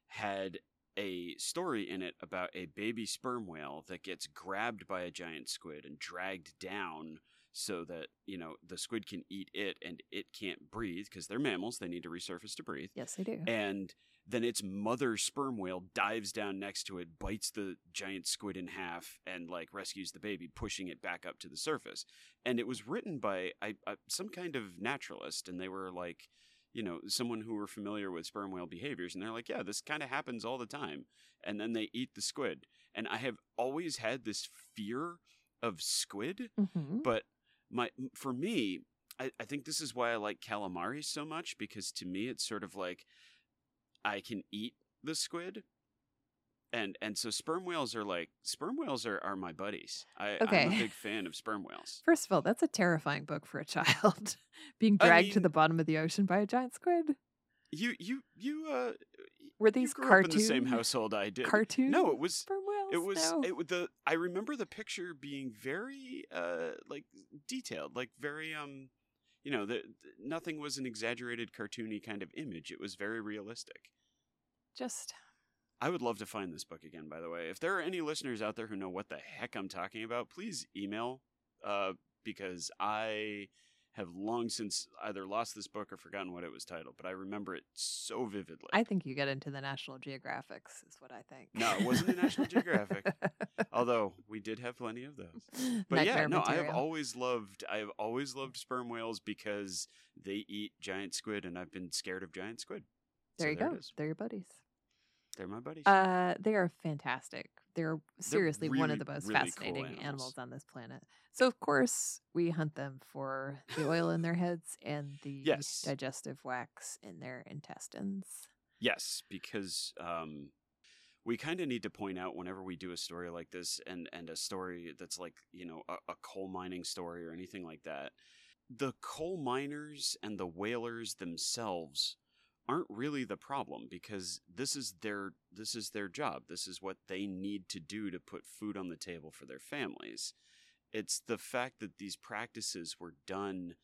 B: had a story in it about a baby sperm whale that gets grabbed by a giant squid and dragged down so that, you know, the squid can eat it and it can't breathe because they're mammals, they need to resurface to breathe
A: Yes, they do.
B: and then its mother sperm whale dives down next to it, bites the giant squid in half, and like rescues the baby, pushing it back up to the surface. And it was written by I, I, some kind of naturalist, and they were like, you know, someone who were familiar with sperm whale behaviors, and they're like, yeah, this kind of happens all the time. And then they eat the squid. And I have always had this fear of squid
A: Mhm.
B: but my for me I, I think this is why i like calamari so much because to me it's sort of like i can eat the squid and and so sperm whales are like sperm whales are, are my buddies I, i'm
A: Okay.
B: a big fan of sperm whales
A: First of all, that's a terrifying book for a child. [laughs] Being
B: I
A: dragged to
B: mean-
A: the bottom of the ocean by a giant squid.
B: you you you uh
A: Were
B: you
A: these
B: grew
A: cartoon
B: up in the same household i did
A: cartoon?
B: no it was
A: sperm whales.
B: it was
A: No.
B: it was the i remember the picture being very uh like detailed like very um you know the, the- nothing was an exaggerated cartoony kind of image it was very realistic
A: just
B: uh i would love to find this book again by the way if there are any listeners out there who know what the heck i'm talking about please email uh because i have long since either lost this book or forgotten what it was titled, but I remember it so vividly.
A: I think you get into the National Geographics, is what I think.
B: No, it wasn't a
A: [laughs]
B: National Geographic. Although we did have plenty of those. But yeah,
A: Nightmare
B: no, I
A: material.
B: have always loved I have always loved sperm whales because they eat giant squid and I've been scared of giant squid.
A: there
B: So
A: you
B: it
A: go.
B: is.
A: They're your buddies.
B: They're my buddies.
A: Uh, they are fantastic. They're seriously one of
B: really,
A: the most
B: really cool
A: fascinating
B: animals.
A: animals. on this planet. So of course we hunt them for the oil in their heads and the
B: Yes.
A: digestive wax in their intestines.
B: Yes, because um, we kind of need to point out whenever we do a story like this and, and a story that's like, you know, a, a coal mining story or anything like that, the coal miners and the whalers themselves aren't really the problem because this is their this is their job this is what they need to do to put food on the table for their families it's the fact that these practices were done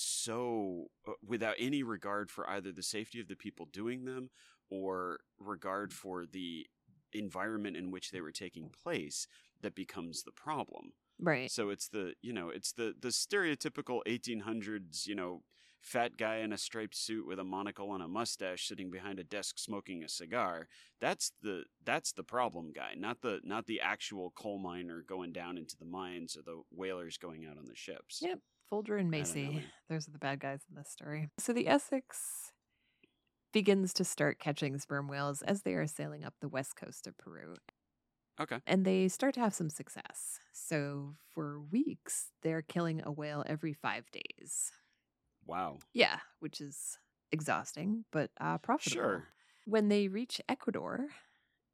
B: so uh, without any regard for either the safety of the people doing them or regard for the environment in which they were taking place that becomes the problem.
A: Right.
B: So it's the, you know, it's the the stereotypical 1800s, you know, fat guy in a striped suit with a monocle and a mustache sitting behind a desk smoking a cigar. That's the that's the problem guy, not the not the actual coal miner going down into the mines or the whalers going out on the ships.
A: Yep. Folger and
B: I don't know,
A: Macy.
B: man.
A: Those are the bad guys in this story. So the Essex begins to start catching sperm whales as they are sailing up the west coast of Peru.
B: Okay.
A: And they start to have some success. So for weeks, they're killing a whale every five days.
B: Wow.
A: Yeah, which is exhausting, but uh, profitable.
B: Sure.
A: When they reach Ecuador,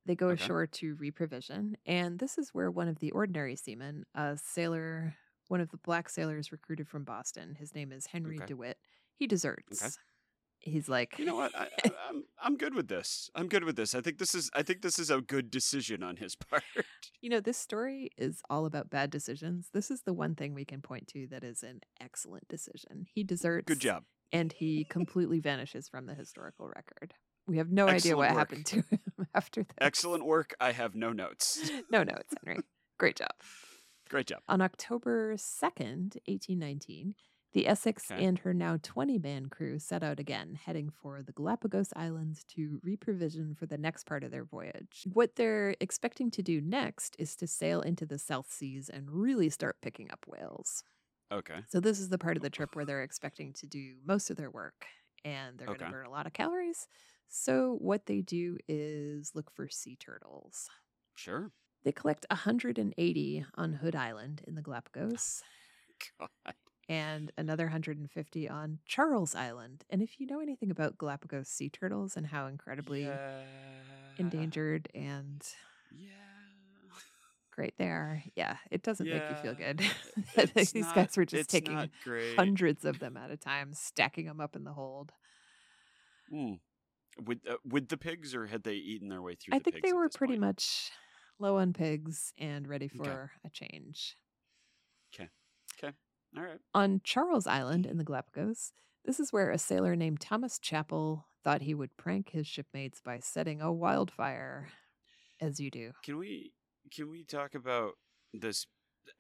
A: they go
B: Okay.
A: ashore to reprovision. And this is where one of the ordinary seamen, a sailor, one of the black sailors recruited from Boston, his name is Henry
B: Okay.
A: DeWitt, he deserts. He's like,
B: You know what? I, I, I'm I'm good with this. I'm good with this. I think this is I think this is a good decision on his [laughs] part.
A: You know, this story is all about bad decisions. This is the one thing we can point to that is an excellent decision. He deserts
B: Good job.
A: and he completely vanishes from the historical record. We have no idea
B: Excellent
A: what
B: work.
A: happened to [laughs] him after that.
B: Excellent work. I have no notes.
A: [laughs] No, no, it's Henry. Great job.
B: Great job.
A: On October 2nd, 1819, the Essex
B: Okay.
A: and her now 20 man crew set out again, heading for the Galapagos Islands to reprovision for the next part of their voyage. What they're expecting to do next is to sail into the South Seas and really start picking up whales.
B: Okay.
A: So, this is the part of the trip where they're expecting to do most of their work and they're going
B: Okay.
A: to burn a lot of calories. So, what they do is look for sea turtles.
B: Sure.
A: They collect 180 on Hood Island in the Galapagos
B: God.
A: and another 150 on Charles Island. And if you know anything about Galapagos sea turtles and how incredibly
B: yeah.
A: endangered and
B: Yeah.
A: great they are, yeah, it doesn't make you feel
B: Yeah.
A: good. [laughs] that
B: It's
A: These guys
B: not-
A: were just
B: it's
A: taking
B: not great.
A: hundreds of them at a time, stacking them up in the hold.
B: Mm. With uh, with the pigs, or had they eaten their way through?
A: I
B: the
A: think
B: pigs
A: they
B: at
A: were
B: this
A: pretty
B: point?
A: much low on pigs and ready
B: Okay.
A: for a change.
B: All right.
A: On Charles Island in the Galapagos, this is where a sailor named Thomas Chappell thought he would prank his shipmates by setting a wildfire, as you do.
B: Can we can we talk about this?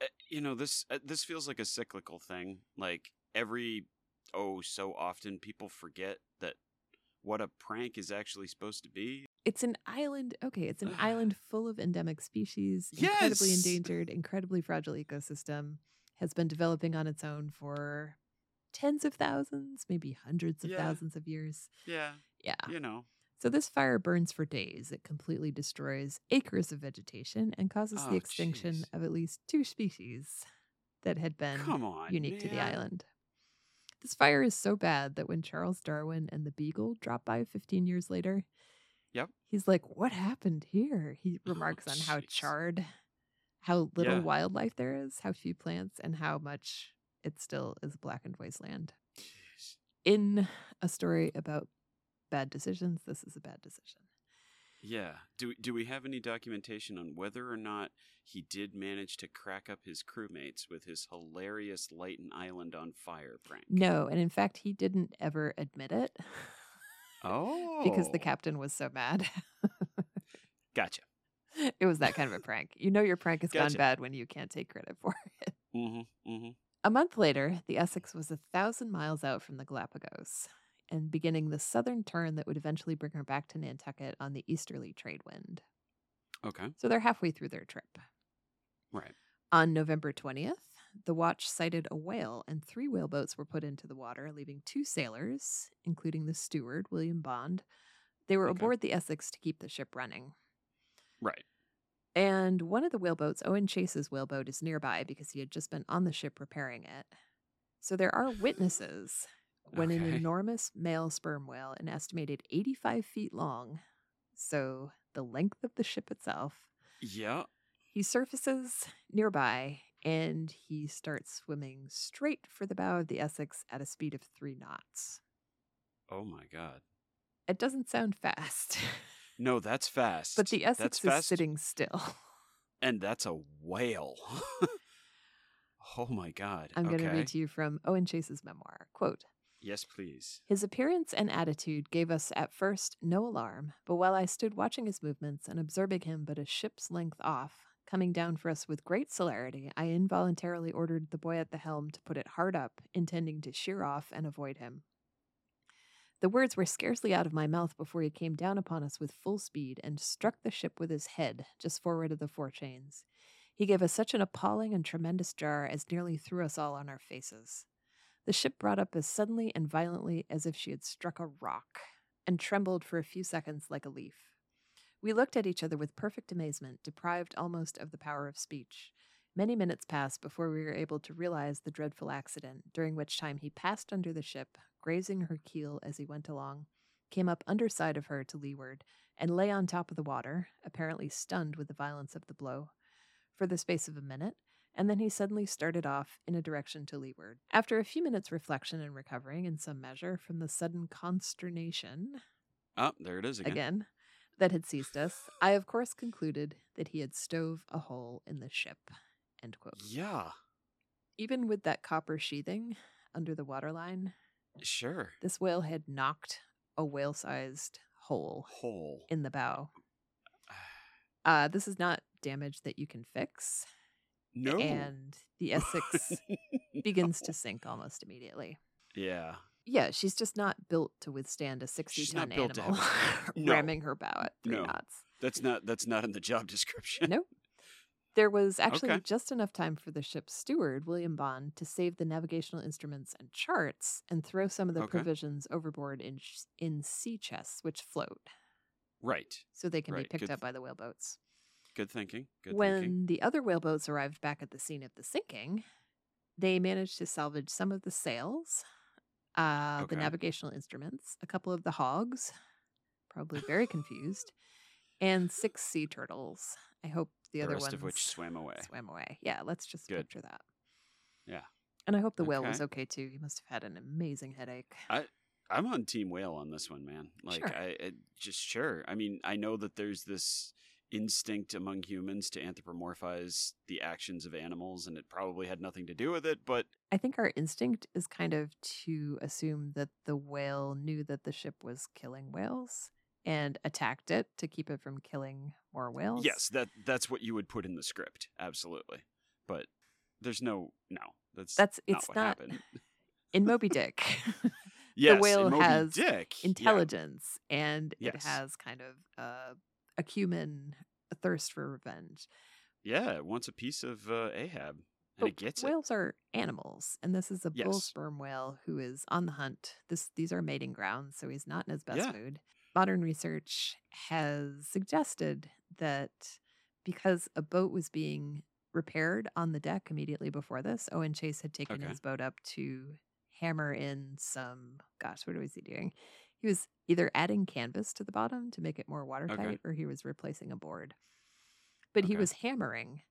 B: uh, You know this uh, this feels like a cyclical thing. Like every oh so often, people forget that what a prank is actually supposed to be.
A: It's an island. Okay, it's an
B: [sighs]
A: island full of endemic species, incredibly
B: Yes!
A: endangered, incredibly fragile ecosystem, has been developing on its own for tens of thousands, maybe hundreds of
B: Yeah.
A: thousands of years.
B: Yeah,
A: Yeah.
B: you know.
A: So this fire burns for days. It completely destroys acres of vegetation and causes
B: Oh,
A: the extinction
B: jeez.
A: of at least two species that had been
B: Come on,
A: unique to the
B: man.
A: island. This fire is so bad that when Charles Darwin and the Beagle drop by 15 years later,
B: Yep.
A: he's like, "What happened here?" He
B: Oh,
A: remarks on how
B: jeez.
A: charred, how little
B: Yeah.
A: wildlife there is, how few plants, and how much it still is a blackened wasteland.
B: Jeez.
A: In a story about bad decisions, this is a bad decision.
B: Yeah. Do do we have any documentation on whether or not he did manage to crack up his crewmates with his hilarious light an island on fire prank?
A: No, and in fact, he didn't ever admit it
B: Oh.
A: [laughs] because the captain was so mad. [laughs]
B: Gotcha.
A: it was that kind of a prank. You know, your prank has
B: Gotcha.
A: gone bad when you can't take credit for it.
B: Mm-hmm. Mm-hmm.
A: A month later, the Essex was a thousand miles out from the Galapagos and beginning the southern turn that would eventually bring her back to Nantucket on the easterly trade wind.
B: Okay.
A: So they're halfway through their trip.
B: Right.
A: On November 20th, the watch sighted a whale and three whaleboats were put into the water, leaving two sailors, including the steward, William Bond. They were
B: Okay.
A: aboard the Essex to keep the ship running.
B: Right.
A: And one of the whaleboats, Owen Chase's whaleboat, is nearby because he had just been on the ship repairing it. So there are witnesses when an
B: Okay.
A: enormous male sperm whale, an estimated 85 feet long, so the length of the ship itself,
B: Yeah.
A: he surfaces nearby and he starts swimming straight for the bow of the Essex at a speed of three knots.
B: Oh my God.
A: It doesn't sound fast, [laughs]
B: No, that's fast.
A: but the
B: that's
A: Essex is
B: fast,
A: sitting still. [laughs]
B: and that's a whale. [laughs] oh my God.
A: I'm
B: okay.
A: going to read to you from Owen Chase's memoir. Quote,
B: Yes, please.
A: His appearance and attitude gave us at first no alarm, but while I stood watching his movements and observing him but a ship's length off, coming down for us with great celerity, I involuntarily ordered the boy at the helm to put it hard up, intending to sheer off and avoid him. The words were scarcely out of my mouth before he came down upon us with full speed and struck the ship with his head just forward of the forechains. He gave us such an appalling and tremendous jar as nearly threw us all on our faces. The ship brought up as suddenly and violently as if she had struck a rock, and trembled for a few seconds like a leaf. We looked at each other with perfect amazement, deprived almost of the power of speech. Many minutes passed before we were able to realize the dreadful accident, during which time he passed under the ship, grazing her keel as he went along, came up underside of her to leeward, and lay on top of the water, apparently stunned with the violence of the blow. For the space of a minute, and then he suddenly started off in a direction to leeward. After a few minutes' reflection and recovering in some measure from the sudden consternation,
B: Oh, there it is again.
A: again, that had seized us, I of course concluded that he had stove a hole in the ship. End quote.
B: Yeah.
A: Even with that copper sheathing under the waterline,
B: Sure.
A: this whale had knocked a whale sized hole
B: Hole.
A: in the
B: [sighs]
A: bow. Uh, this is not damage that you can fix,
B: No.
A: and
B: [laughs]
A: the Essex begins to sink almost immediately.
B: Yeah.
A: Yeah, she's just not built to withstand a 60
B: She's
A: ton
B: not built to
A: animal [laughs]
B: have- [laughs] No.
A: ramming her bow at three
B: No.
A: knots.
B: That's not that's not in the job [laughs] description.
A: Nope. There was actually
B: Okay.
A: just enough time for the ship's steward, William Bond, to save the navigational instruments and charts and throw some of the
B: Okay.
A: provisions overboard in, sh- in sea chests, which float,
B: Right.
A: so they can
B: Right,
A: be picked
B: good
A: up by the whaleboats.
B: Good thinking. Good
A: when
B: thinking.
A: the other whaleboats arrived back at the scene of the sinking, they managed to salvage some of the sails, uh,
B: Okay.
A: the navigational instruments, a couple of the hogs, probably very confused, and six sea turtles. I hope the,
B: The
A: other
B: rest
A: ones
B: of which swam away.
A: swam away. Yeah, let's just
B: Good.
A: picture that.
B: Yeah.
A: And I hope the whale was okay too. He must have had an amazing headache.
B: I'm on Team Whale on this one, man. Like
A: Sure.
B: I, I just sure. I mean, I know that there's this instinct among humans to anthropomorphize the actions of animals, and it probably had nothing to do with it. But
A: I think our instinct is kind of to assume that the whale knew that the ship was killing whales and attacked it to keep it from killing more whales.
B: yes, that that's what you would put in the script, absolutely. But there's no no. That's
A: That's
B: not
A: it's
B: what
A: not [laughs]
B: happened.
A: in
B: [laughs]
A: Moby Dick. [laughs]
B: Yes, in
A: whale
B: Moby
A: has
B: Dick, yeah.
A: Intelligence and it
B: Yes.
A: has kind of uh, a human thirst for revenge.
B: Yeah, it wants a piece of uh, Ahab, and
A: But
B: it gets it.
A: whales are animals, and this is a bull
B: Yes.
A: sperm whale who is on the hunt. This these are mating grounds, so he's not in his best
B: Yeah.
A: mood. Modern research has suggested that because a boat was being repaired on the deck immediately before this, Owen Chase had taken
B: Okay.
A: his boat up to hammer in some. Gosh, what was he doing? He was either adding canvas to the bottom to make it more watertight, or he was replacing a board. But he
B: Okay.
A: was hammering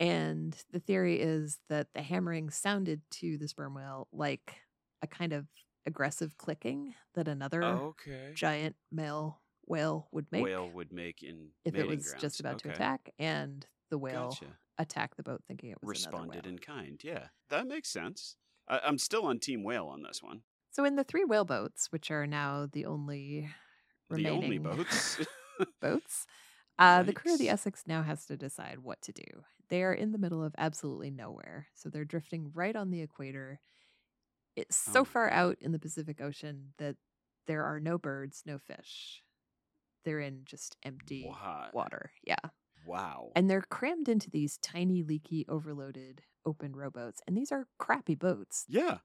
A: and the theory is that the hammering sounded to the sperm whale like a kind of aggressive clicking that another
B: Okay.
A: giant male whale would make
B: Oh. Whale would make in
A: if it
B: mating
A: was
B: grounds.
A: just about to
B: Okay.
A: attack. And the whale
B: Gotcha.
A: attacked the boat thinking it was another
B: Responded
A: whale.
B: in kind. Yeah, that makes sense. I, I'm still on Team Whale on this one.
A: so in the three whale boats, which are now the only remaining
B: The only boats.
A: boats, Uh, the crew of the
B: Yikes.
A: Essex now has to decide what to do. They are in the middle of absolutely nowhere, so they're drifting right on the equator. It's so
B: Oh.
A: far out in the Pacific Ocean that there are no birds, no fish. They're in just [laughs] empty
B: What?
A: water. Yeah.
B: Wow.
A: And they're crammed into these tiny, leaky, overloaded, open rowboats. And these are crappy boats.
B: yeah.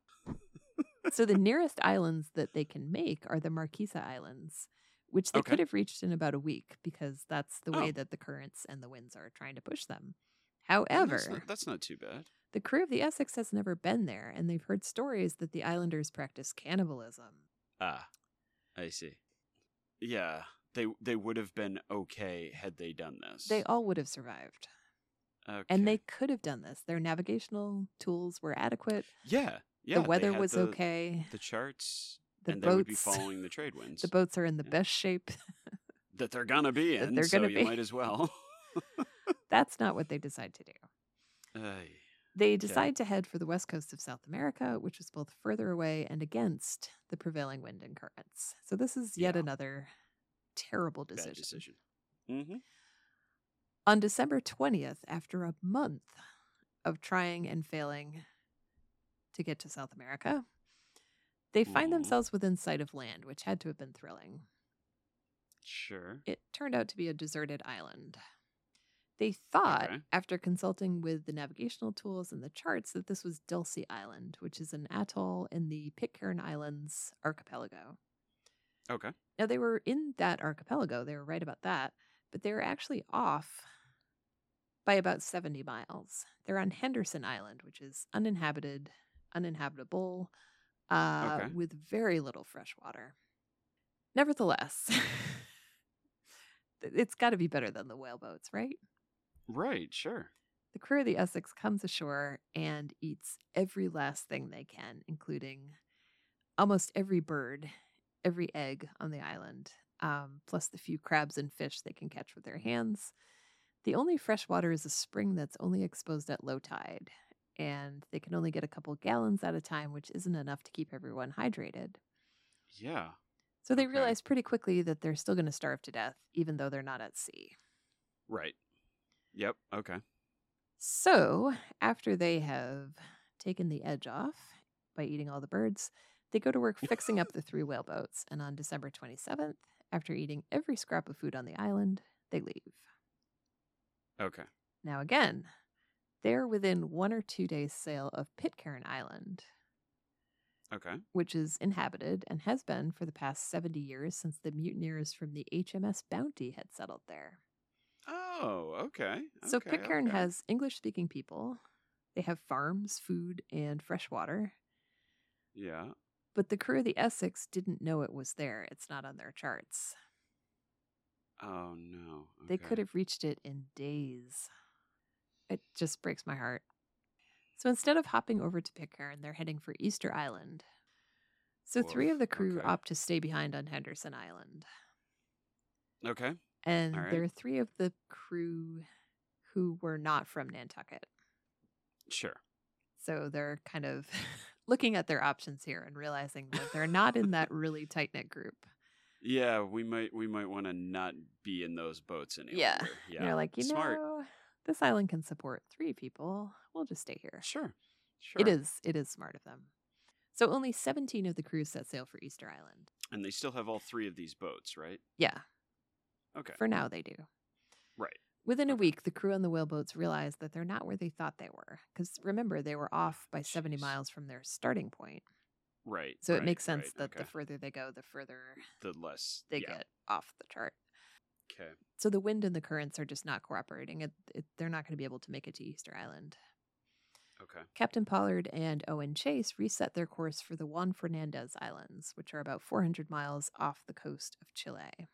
A: so the nearest islands that they can make are the Marquesa Islands, which they could
B: Okay.
A: have reached in about a week because that's the
B: Oh.
A: way that the currents and the winds are trying to push them.
B: Well,
A: However,
B: That's not, that's not too bad.
A: the crew of the Essex has never been there, and they've heard stories that the islanders practice cannibalism.
B: Ah, I see. Yeah, they they would have been okay had they done this.
A: They all would have survived,
B: okay.
A: and they could have done this. Their navigational tools were adequate.
B: yeah yeah
A: the
B: they
A: weather
B: had
A: was
B: the-
A: okay.
B: The charts
A: The
B: and they would be
A: boats,
B: following the trade winds
A: the boats are in the
B: Yeah.
A: best shape. [laughs]
B: that they're gonna be
A: that
B: in.
A: they're
B: so
A: gonna
B: you
A: be.
B: might
A: [laughs]
B: as well. [laughs]
A: That's not what they decide to do.
B: Ay,
A: They decide to head for the west coast of South America, which is both further away and against the prevailing wind and currents. So this is yet
B: Yeah.
A: another terrible decision.
B: bad decision. Mm-hmm.
A: On December 20th, after a month of trying and failing to get to South America, they find
B: Mhm.
A: themselves within sight of land, which had to have been thrilling.
B: Sure.
A: It turned out to be a deserted island. They thought,
B: Okay.
A: after consulting with the navigational tools and the charts, that this was Dulce Island, which is an atoll in the Pitcairn Islands archipelago.
B: Okay.
A: Now, they were in that archipelago, they were right about that, but they were actually off by about 70 miles. They're on Henderson Island, which is uninhabited, uninhabitable, uh,
B: Okay.
A: with very little fresh water. Nevertheless, [laughs] th- it's got to be better than the whale boats, right?
B: Right. Sure.
A: The crew of the Essex comes ashore and eats every last thing they can, including almost every bird, every egg on the island, um, plus the few crabs and fish they can catch with their hands. The only fresh water is a spring that's only exposed at low tide, and they can only get a couple gallons at a time, which isn't enough to keep everyone hydrated.
B: Yeah.
A: So they
B: Okay.
A: realize pretty quickly that they're still going to starve to death, even though they're not at sea.
B: Right. Yep. Okay.
A: So, after they have taken the edge off by eating all the birds, they go to work fixing
B: [laughs]
A: up the three whale boats. And on December 27th, after eating every scrap of food on the island, they leave.
B: Okay.
A: Now, again, they're within one or two days' sail of Pitcairn Island,
B: Okay.
A: which is inhabited and has been for the past 70 years since the mutineers from the HMS Bounty had settled there.
B: Oh. Okay.
A: So
B: okay,
A: Pitcairn
B: okay.
A: has English speaking people. They have farms, food, and fresh water.
B: Yeah.
A: But the crew of the Essex didn't know it was there. It's not on their charts.
B: Oh no.
A: They could
B: okay.
A: have reached it in days. It just breaks my heart. So instead of hopping over to Pitcairn, they're heading for Easter Island. So three
B: Woof,
A: of the crew
B: okay.
A: opt to stay behind on Henderson Island.
B: Okay.
A: And
B: Alright.
A: there are three of the crew who were not from Nantucket.
B: Sure.
A: So they're kind of [laughs] looking at their options here and realizing that they're not in
B: [laughs]
A: that really tight knit group.
B: Yeah, we might we might want to not be in those boats anymore.
A: Yeah. [laughs]
B: Yeah.
A: And they're like, you
B: Smart.
A: know, this island can support three people. We'll just stay here.
B: Sure. Sure.
A: It is it is smart of them. So only 17 of the crews set sail for Easter Island.
B: And they still have all three of these boats, right?
A: Yeah,
B: Okay.
A: for now they do.
B: Right.
A: Within a
B: Okay.
A: week, the crew on the whaleboats realized that they're not where they thought they were. Because remember, they were off by 70
B: Jeez.
A: miles from their starting point.
B: Right.
A: So
B: right,
A: it makes sense
B: right,
A: that the
B: okay.
A: further they go, the further
B: the less
A: they
B: yeah,
A: get off the chart.
B: Okay.
A: So the wind and the currents are just not cooperating. It, it, they're not going to be able to make it to Easter Island.
B: Okay.
A: Captain Pollard and Owen Chase reset their course for the Juan Fernandez Islands, which are about 400 miles off the coast of Chile.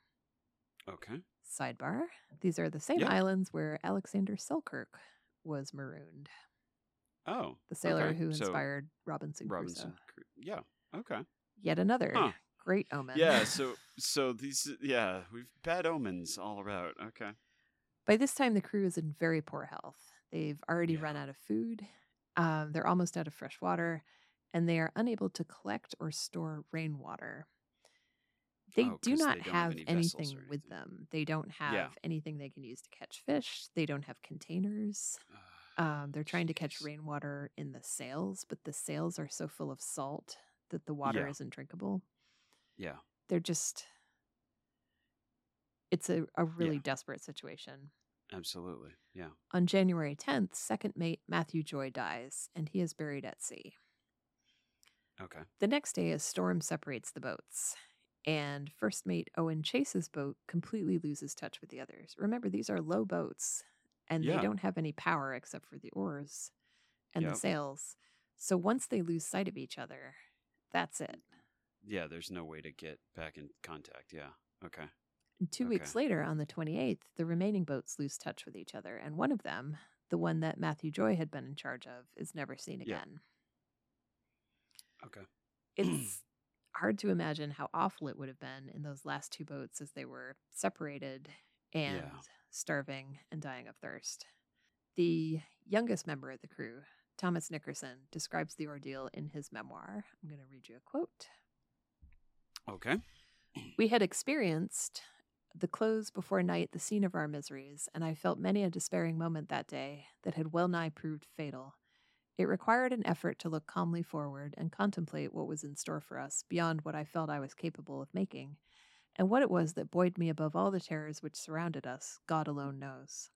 B: Okay.
A: Sidebar These are the same
B: Yeah.
A: islands where Alexander Selkirk was marooned,
B: Oh.
A: the sailor
B: okay,
A: who
B: so
A: inspired Robinson,
B: Robinson.
A: Crusoe.
B: Cru- Yeah. Okay.
A: Yet another
B: Huh.
A: great omen. [laughs]
B: Yeah, so so these yeah, we've bad omens all about. Okay.
A: By this time, the crew is in very poor health. They've already
B: Yeah.
A: run out of food, um, they're almost out of fresh water, and they are unable to collect or store rainwater. They
B: Oh,
A: do
B: 'cause
A: not
B: they don't have
A: have
B: any vessels
A: anything
B: or
A: with
B: anything.
A: them. They don't have
B: Yeah.
A: anything they can use to catch fish. They don't have containers.
B: Ah,
A: Um, they're trying to catch
B: jeez.
A: rainwater in the sails, but the sails are so full of salt that the water
B: Yeah.
A: isn't drinkable.
B: Yeah.
A: They're just. It's a, a really desperate situation.
B: [sighs] Absolutely. Yeah.
A: On January 10th, second mate Matthew Joy dies, and he is buried at sea.
B: Okay.
A: The next day, a storm separates the boats, and first mate Owen Chase's boat completely loses touch with the others. Remember, these are low boats, and
B: Yeah.
A: they don't have any power except for the oars and
B: Yep.
A: the sails. So once they lose sight of each other, that's it.
B: Yeah. There's no way to get back in contact. Yeah. Okay.
A: And two weeks
B: Okay.
A: later, on the 28th, the remaining boats lose touch with each other, and one of them, the one that Matthew Joy had been in charge of, is never seen
B: Yeah.
A: again.
B: Okay. [clears throat]
A: it's hard to imagine how awful it would have been in those last two boats as they were separated and
B: Yeah.
A: starving and dying of thirst. The youngest member of the crew, Thomas Nickerson, describes the ordeal in his memoir. I'm going to read you a quote.
B: Okay.
A: We had experienced the close before night the scene of our miseries, and I felt many a despairing moment that day that had well nigh proved fatal. It required an effort to look calmly forward and contemplate what was in store for us beyond what I felt I was capable of making, and what it was that buoyed me above all the terrors which surrounded us, God alone knows.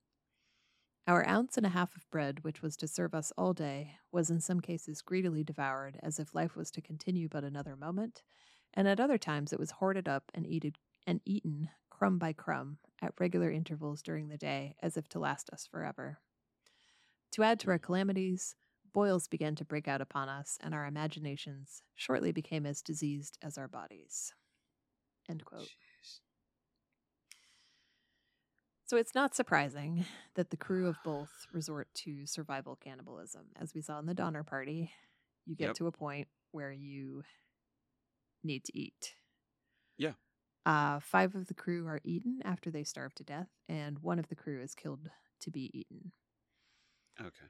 A: Our ounce and a half of bread, which was to serve us all day, was in some cases greedily devoured as if life was to continue but another moment, and at other times it was hoarded up and eated and eaten crumb by crumb at regular intervals during the day as if to last us forever. To add to our calamities, boils began to break out upon us, and our imaginations shortly became as diseased as our bodies. End quote.
B: Jeez.
A: So it's not surprising [laughs] that the crew
B: [sighs]
A: of both resort to survival cannibalism. As we saw in the Donner Party, you get
B: Yep.
A: to a point where you need to eat.
B: Yeah.
A: Uh, five of the crew are eaten after they starve to death, and one of the crew is killed to be eaten.
B: Okay.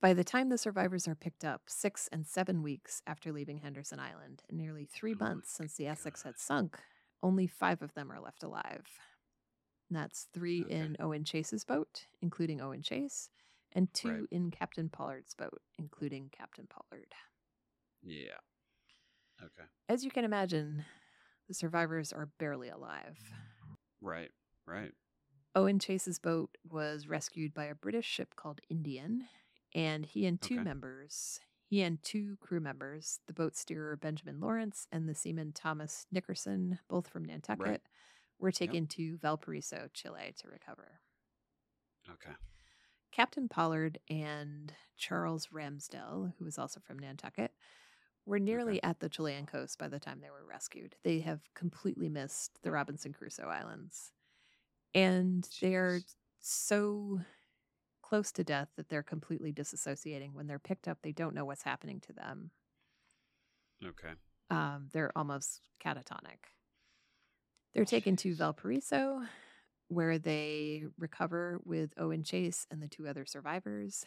A: By the time the survivors are picked up, six and seven weeks after leaving Henderson Island, and nearly three
B: Oh my
A: months since the Essex had sunk, only five of them are left alive. And that's three
B: Okay.
A: in Owen Chase's boat, including Owen Chase, and two
B: Right.
A: in Captain Pollard's boat, including Captain Pollard.
B: Yeah. Okay.
A: As you can imagine, the survivors are barely alive.
B: Right. Right.
A: Owen Chase's boat was rescued by a British ship called Indian, and he and two
B: Okay.
A: members, he and two crew members, the boat steerer Benjamin Lawrence and the seaman Thomas Nickerson, both from Nantucket, were taken to Valparaiso, Chile to recover.
B: Okay.
A: Captain Pollard and Charles Ramsdell, who was also from Nantucket, were nearly at the Chilean coast by the time they were rescued. They have completely missed the Robinson Crusoe Islands. And they are
B: Jeez.
A: so close to death that they're completely disassociating. When they're picked up, they don't know what's happening to them.
B: Okay.
A: Um, they're almost catatonic. They're taken to
B: Jeez.
A: Valparaiso, where they recover with Owen Chase and the two other survivors.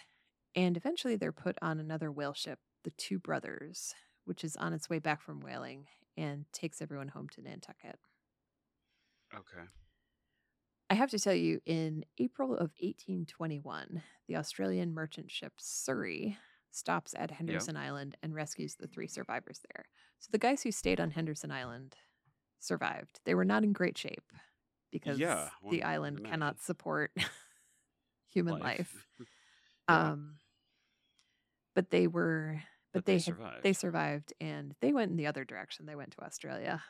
A: And eventually they're put on another whale ship, the Two Brothers, which is on its way back from whaling and takes everyone home to Nantucket.
B: Okay.
A: I have to tell you, in April of 1821, the Australian merchant ship Surrey stops at Henderson Island and rescues the three survivors there. So the guys who stayed on Henderson Island survived. They were not in great shape because
B: Yeah, one
A: the
B: would
A: island
B: imagine.
A: cannot support [laughs] human life. [laughs]
B: Yeah.
A: Um, but they were, but,
B: But they
A: they had-
B: survived.
A: they survived, and they went in the other direction. They went to Australia.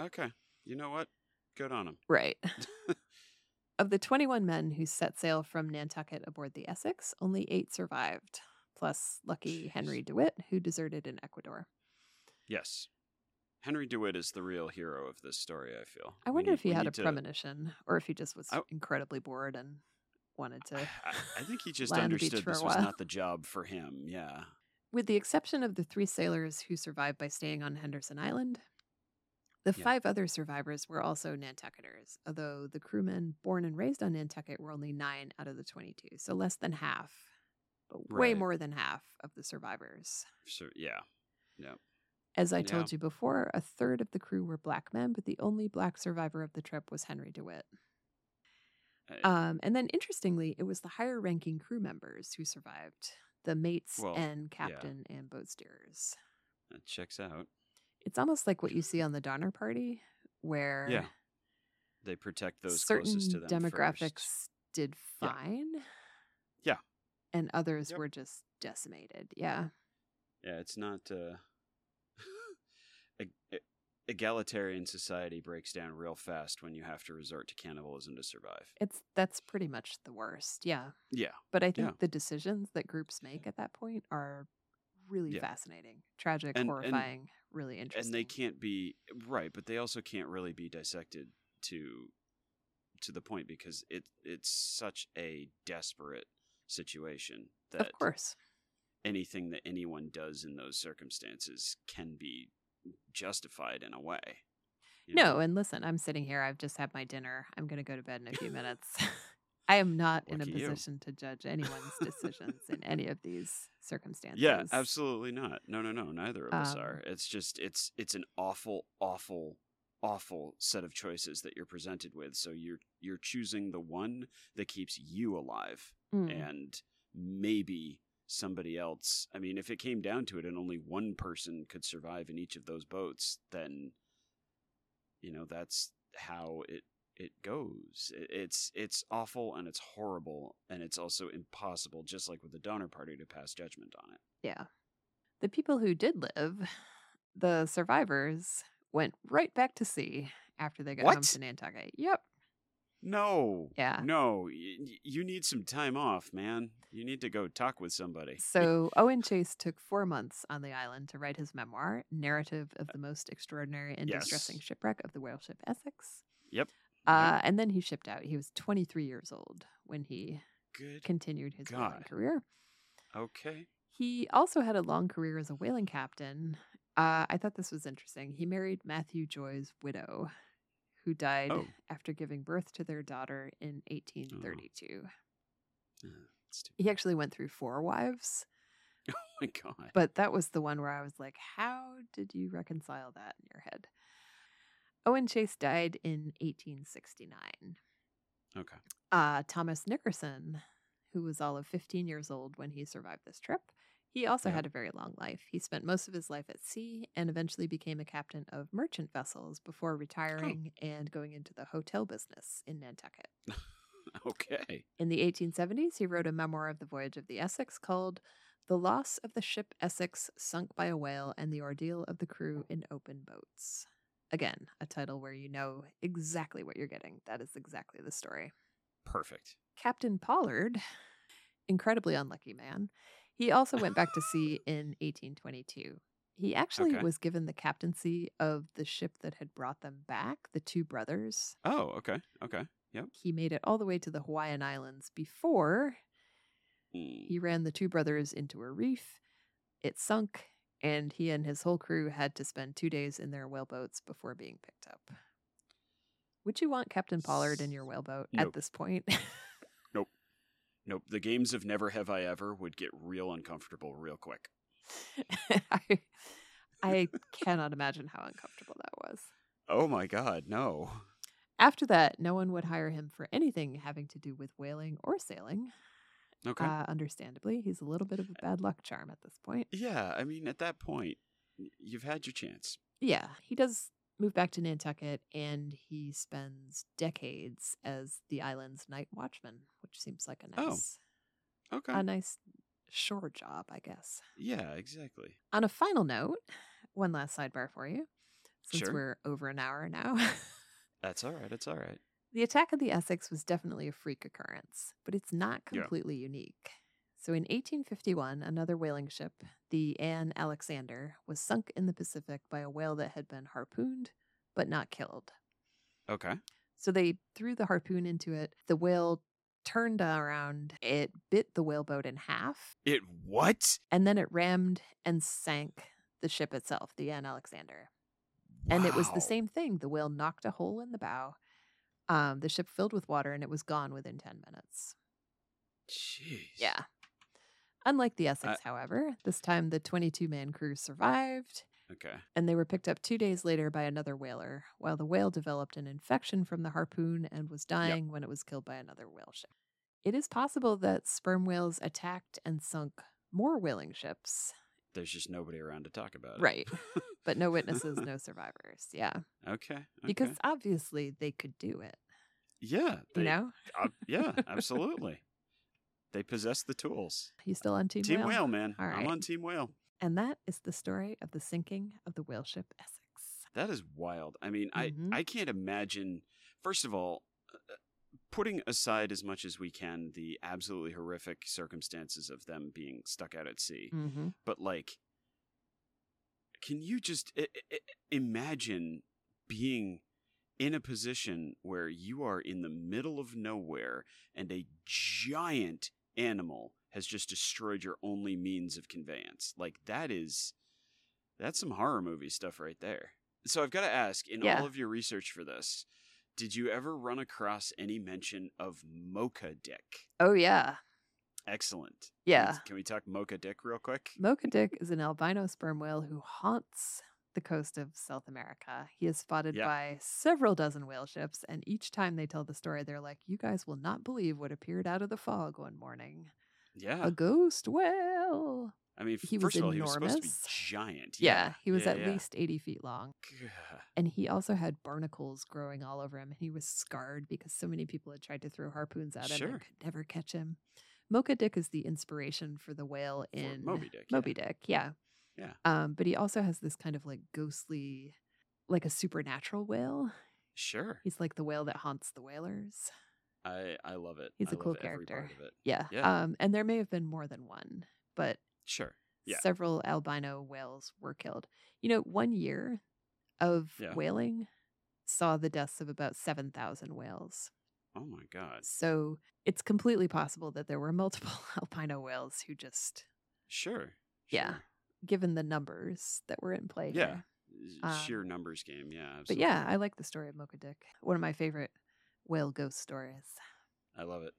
B: okay. You know what? Good on them. [laughs]
A: Right. of the 21 men who set sail from Nantucket aboard the Essex, only eight survived, plus lucky
B: Jeez.
A: Henry DeWitt, who deserted in Ecuador.
B: Yes. Henry DeWitt is the real hero of this story, I feel.
A: I
B: We
A: wonder
B: need-
A: if he
B: we
A: had
B: need
A: a
B: to-
A: premonition or if he just was
B: I-
A: incredibly bored and wanted to.
B: I,
A: [laughs]
B: I think he just
A: lie on the beach
B: understood
A: for a
B: this was
A: while.
B: not the job for him. Yeah.
A: With the exception of the three sailors who survived by staying on Henderson Island, the
B: Yeah.
A: five other survivors were also Nantucketers, although the crewmen born and raised on Nantucket were only nine out of the 22, so less than half, but Uh, way
B: Right.
A: more than half of the survivors.
B: So yeah. Yep.
A: As I
B: Yeah.
A: told you before, a third of the crew were black men, but the only black survivor of the trip was Henry DeWitt.
B: Uh,
A: Um, and then interestingly, it was the higher ranking crew members who survived the mates
B: Well,
A: and captain and boat steerers.
B: that checks out.
A: It's almost like what you see on the Donner Party, where
B: Yeah, They protect those
A: certain
B: closest to them.
A: demographics
B: first.
A: did
B: Yeah.
A: fine.
B: Yeah.
A: And others
B: Yep.
A: were just decimated. Yeah.
B: Yeah, it's not. Uh, [laughs] eg- e- egalitarian society breaks down real fast when you have to resort to cannibalism to survive.
A: It's that's pretty much the worst. Yeah.
B: Yeah,
A: But I think
B: Yeah.
A: the decisions that groups make at that point are really
B: Yeah.
A: fascinating, tragic,
B: And- and-
A: horrifying, really interesting.
B: and they can't be right, but they also can't really be dissected to to the point because it it's such a desperate situation that
A: of course.
B: anything that anyone does in those circumstances can be justified in a way. you know?
A: No, and listen, I'm sitting here. I've just had my dinner. I'm going to go to bed in a few
B: [laughs]
A: minutes. [laughs] I am not in a
B: Lucky you.
A: position to judge anyone's decisions in
B: [laughs]
A: any of these circumstances.
B: Yeah, absolutely not. No, no, no. Neither of us are.
A: Um,
B: It's just it's it's an awful, awful, awful set of choices that you're presented with. So you're you're choosing the one that keeps you alive,
A: Mm,
B: and maybe somebody else. I mean, if it came down to it, and only one person could survive in each of those boats, then you know that's how it it goes. It, it's it's awful and it's horrible and it's also impossible, just like with the Donner Party, to pass judgment on it.
A: yeah. The people who did live, the survivors, went right back to sea after they got home
B: What?
A: to Nantucket. Yep.
B: No.
A: Yeah.
B: No, y- y- you need some time off, man. You need to go talk with somebody.
A: So Owen Chase took four months on the island to write his memoir, Narrative of the Most Extraordinary and Distressing
B: Uh Yes.
A: Shipwreck of the Whale Ship Essex.
B: Yep. Mm-hmm.
A: Uh, and then he shipped out. He was 23 years old when he
B: [laughs] Good.
A: continued his whaling
B: God.
A: career.
B: Okay.
A: He also had a long career as a whaling captain. Uh, I thought this was interesting. He married Matthew Joy's widow, who died
B: Oh. [laughs]
A: after giving birth to their daughter in 1832.
B: Ah, It's too-
A: He actually went through four wives.
B: Oh my god.
A: But that was the one where I was like, how did you reconcile that in your head? Owen Chase died in 1869.
B: Okay.
A: Uh, Thomas Nickerson, who was all of 15 years old when he survived this trip, he also
B: Yeah.
A: had a very long life. He spent most of his life at sea and eventually became a captain of merchant vessels
B: Oh.
A: before retiring and going into the hotel business in Nantucket.
B: Okay.
A: In the 1870s, he wrote a memoir of the voyage of the Essex called The Loss of the Ship Essex Sunk by a Whale and the Ordeal of the Crew in Open Boats. Again, a title where you know exactly what you're getting. That is exactly the story.
B: Perfect.
A: Captain Pollard, incredibly unlucky man, he also went back to sea in 1822. He actually
B: Okay.
A: was given the captaincy of the ship that had brought them back, the two brothers,
B: Oh, okay. Okay.
A: he made it all the way to the Hawaiian Islands before
B: Mm.
A: he ran the two brothers into a reef. It sunk, and he and his whole crew had to spend two days in their whaleboats before being picked up. Would you want Captain Pollard in your whaleboat at
B: Nope.
A: this point? [laughs]
B: Nope. The games of Never Have I Ever would get real uncomfortable real quick.
A: I, I cannot imagine how uncomfortable that was.
B: Oh my god, no.
A: After that, no one would hire him for anything having to do with whaling or sailing.
B: Okay.
A: Uh, understandably, he's a little bit of a bad luck charm at this point.
B: yeah, I mean at that point y- you've had your chance.
A: Yeah, he does move back to Nantucket and he spends decades as the island's night watchman, which seems like a
B: Oh,
A: nice
B: Okay.
A: a nice shore job, I guess.
B: yeah, exactly.
A: On a final note, one last sidebar for you since
B: Sure.
A: we're over an hour now. [laughs]
B: That's all right. It's all right.
A: the attack of the Essex was definitely a freak occurrence, but it's not
B: Yeah.
A: completely unique. So in 1851, another whaling ship, the Anne Alexander, was sunk in the Pacific by a whale that had been harpooned but not killed.
B: Okay.
A: So they threw the harpoon into it. The whale turned around. It bit the whaleboat in half,
B: It what?
A: and then it rammed and sank the ship itself, the Anne Alexander. And it was
B: Wow.
A: the same thing. The whale knocked a hole in the bow. Um, the ship filled with water, and it was gone within 10 minutes.
B: Jeez.
A: Yeah. Unlike the Essex, however, this time the 22 man crew survived.
B: Okay.
A: and they were picked up two days later by another whaler, while the whale developed an infection from the harpoon and was dying when it was killed by another whale ship. It is possible that sperm whales attacked and sunk more whaling ships,
B: There's just nobody around to talk about it.
A: Right. but no witnesses, no survivors. Yeah.
B: [laughs] okay, okay.
A: Because obviously they could do it,
B: yeah, they,
A: you know?
B: ob-
A: [laughs]
B: yeah, absolutely. They possess the tools.
A: You still on Team,
B: Team
A: Whale?
B: Whale, man.
A: All
B: I'm
A: right.
B: on Team Whale.
A: And that is the story of the sinking of the whale ship Essex.
B: That is wild. I mean,
A: Mhm.
B: I I can't imagine. First of all, uh, uh, putting aside as much as we can the absolutely horrific circumstances of them being stuck out at sea,
A: Mm-hmm.
B: but like, can you just I- I- I- imagine being in a position where you are in the middle of nowhere and a giant animal has just destroyed your only means of conveyance? Like that is that's some horror movie stuff right there. So I've got to ask in
A: Yeah.
B: all of your research for this, did you ever run across any mention of mocha dick?
A: Oh, yeah.
B: Excellent. Can we-
A: Yeah.
B: Can we talk mocha dick real quick?
A: Mocha Dick is an albino sperm whale who haunts the coast of South America. He is spotted
B: Yeah.
A: by several dozen whale ships, and each time they tell the story, they're like, You guys will not believe what appeared out of the fog one morning.
B: Yeah.
A: A ghost whale.
B: I mean,
A: He was
B: first of all, he was supposed to be
A: enormous.
B: giant.
A: Yeah,
B: Yeah,
A: he was
B: yeah,
A: at
B: yeah.
A: least 80 feet long.
B: Gah.
A: And he also had barnacles growing all over him, and he was scarred because so many people had tried to throw harpoons at him
B: Sure.
A: and could never catch him. Mocha Dick is the inspiration for the whale
B: For
A: in
B: Moby Dick. yeah.
A: Moby Dick, yeah.
B: Yeah.
A: Um, but he also has this kind of like ghostly, like a supernatural whale.
B: Sure.
A: He's like the whale that haunts the whalers.
B: I I love it.
A: He's
B: I
A: a
B: love
A: cool
B: every part
A: character.
B: of it.
A: Yeah.
B: Yeah.
A: Um, and there may have been more than one, but
B: Sure. Yeah.
A: several albino whales were killed. You know, one year of
B: Yeah.
A: whaling saw the deaths of about 7,000 whales.
B: Oh my god.
A: So it's completely possible that there were multiple [laughs] albino whales who just,
B: Sure.
A: Yeah.
B: sure.
A: given the numbers that were in play.
B: Yeah.
A: here,
B: Z-
A: Um,
B: Sheer numbers game. Yeah.
A: But
B: Absolutely.
A: yeah, I like the story of Mocha Dick. One of my favorite whale ghost stories.
B: I love it.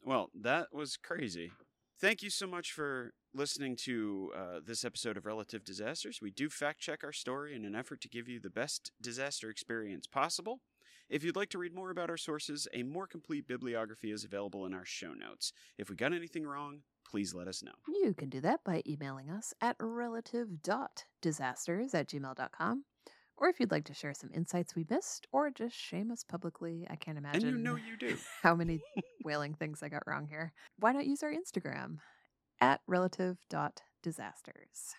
B: [clears throat] well, that was crazy. Thank you so much for listening to uh, this episode of Relative Disasters. We do fact check our story in an effort to give you the best disaster experience possible. If you'd like to read more about our sources, a more complete bibliography is available in our show notes. If we got anything wrong, please let us know.
A: You can do that by emailing us at relative.disasters at gmail.com. Or if you'd like to share some insights we missed, or just shame us publicly, I can't
B: And
A: imagine [laughs]
B: you know you do.
A: how
B: [laughs]
A: many whaling things I got wrong here. Why not use our Instagram at relative.disasters?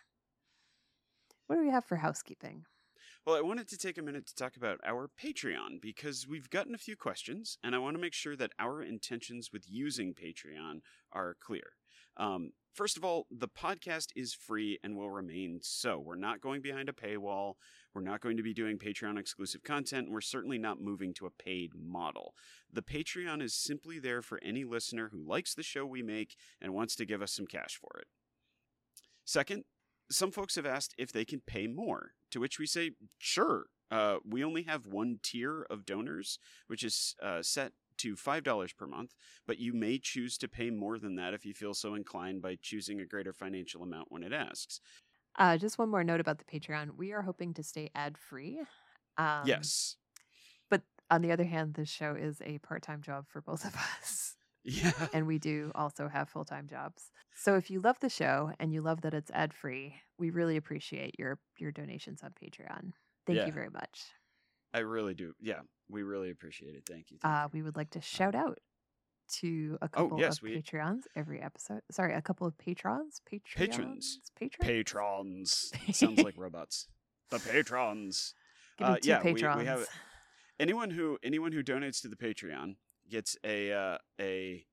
A: What do we have for housekeeping?
B: Well, I wanted to take a minute to talk about our Patreon because we've gotten a few questions, and I want to make sure that our intentions with using Patreon are clear. Um, first of all, the podcast is free and will remain so. We're not going behind a paywall. We're not going to be doing Patreon exclusive content. and We're certainly not moving to a paid model. The Patreon is simply there for any listener who likes the show we make and wants to give us some cash for it. Second, some folks have asked if they can pay more, to which we say, sure. Uh, we only have one tier of donors, which is uh, set to $5 per month, but you may choose to pay more than that if you feel so inclined by choosing a greater financial amount when it asks.
A: Uh, just one more note about the Patreon. We are hoping to stay ad free. Um,
B: yes. [laughs]
A: But on the other hand, this show is a part time job for both of [laughs] us.
B: Yeah.
A: And we
B: [laughs]
A: do also have full time jobs. So if you love the show and you love that it's ad free, we really appreciate your, your donations on Patreon. Thank
B: Yeah.
A: you very much.
B: I really do. Yeah. We really appreciate it. Thank you. Thank
A: Uh,
B: you.
A: we would like to shout out to a
B: Oh,
A: couple
B: yes,
A: of
B: we-
A: Patreons every episode. Sorry, a couple of patrons. Patrons.
B: Patrons.
A: Patrons. [laughs]
B: Patrons. Sounds like robots. The patrons.
A: Give me
B: Uh,
A: two
B: yeah, we- we
A: patrons.
B: have- anyone who anyone who donates to the Patreon gets a uh, a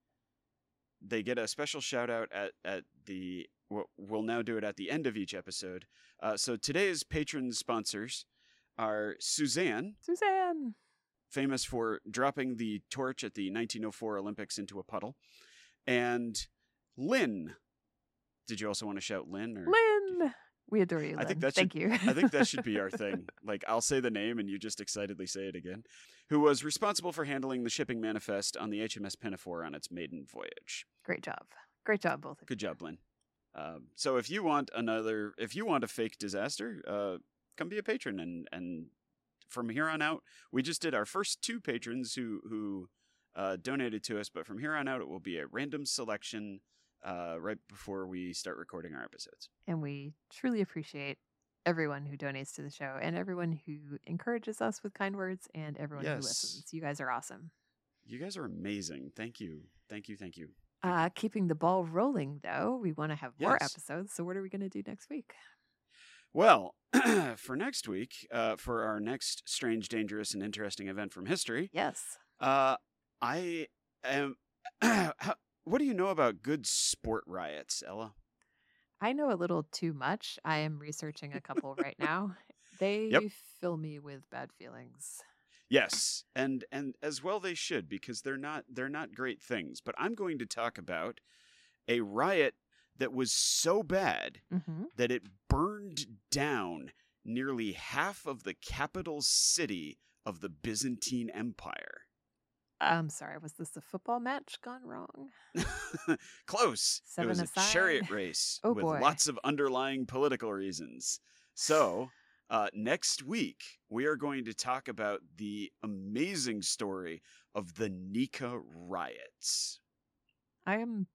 B: they get a special shout out at at the we'll- we'll now do it at the end of each episode. Uh, so today's patron sponsors are Suzanne,
A: Suzanne.
B: famous for dropping the torch at the 1904 Olympics into a puddle, and Lynn. Did you also want to shout Lynn or
A: Lynn. We adore you. Lynn.
B: I think that
A: Thank you.
B: I think that
A: [laughs]
B: should be our thing. Like, I'll say the name and you just excitedly say it again. Who was responsible for handling the shipping manifest on the HMS Pinafore on its maiden voyage?
A: Great job. Great job, both of you.
B: Good job, Lynn. Um, so if you want another, if you want a fake disaster, uh, come be a patron. And and from here on out, we just did our first two patrons who who uh, donated to us, but from here on out, it will be a random selection uh, right before we start recording our episodes.
A: And we truly appreciate everyone who donates to the show and everyone who encourages us with kind words and everyone who
B: Yes.
A: listens. You guys are awesome.
B: You guys are amazing. Thank you. Thank you. Thank you. Thank you.
A: Uh, keeping the ball rolling, though, we want to have more
B: Yes.
A: episodes. So, what are we going to do next week?
B: Well, [clears throat] for next week, uh, for our next strange, dangerous, and interesting event from history,
A: Yes.
B: uh, I am. [clears throat] how, what do you know about good sport riots, Ella?
A: I know a little too much. I am researching a couple right
B: [laughs]
A: now. They fill me with bad feelings.
B: Yes, and and as well they should because they're not they're not great things. But I'm going to talk about a riot that was so bad
A: Mm-hmm.
B: that it burned down nearly half of the capital city of the Byzantine Empire.
A: I'm sorry. Was this a football match gone wrong?
B: [laughs] Close. it
A: Seven
B: was
A: aside.
B: a chariot race
A: Oh,
B: with
A: boy.
B: lots of underlying political reasons.
A: [sighs]
B: So, uh, next week, we are going to talk about the amazing story of the Nika riots.
A: I am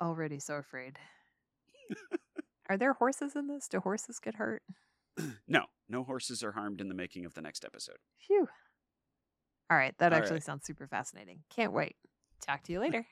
A: already so
B: [laughs]
A: afraid. Are there horses in this? Do horses get hurt?
B: No, no horses are harmed in the making of the next episode.
A: Phew. All right. That
B: All
A: actually
B: right. [laughs]
A: sounds super fascinating. Can't wait. Talk to you later.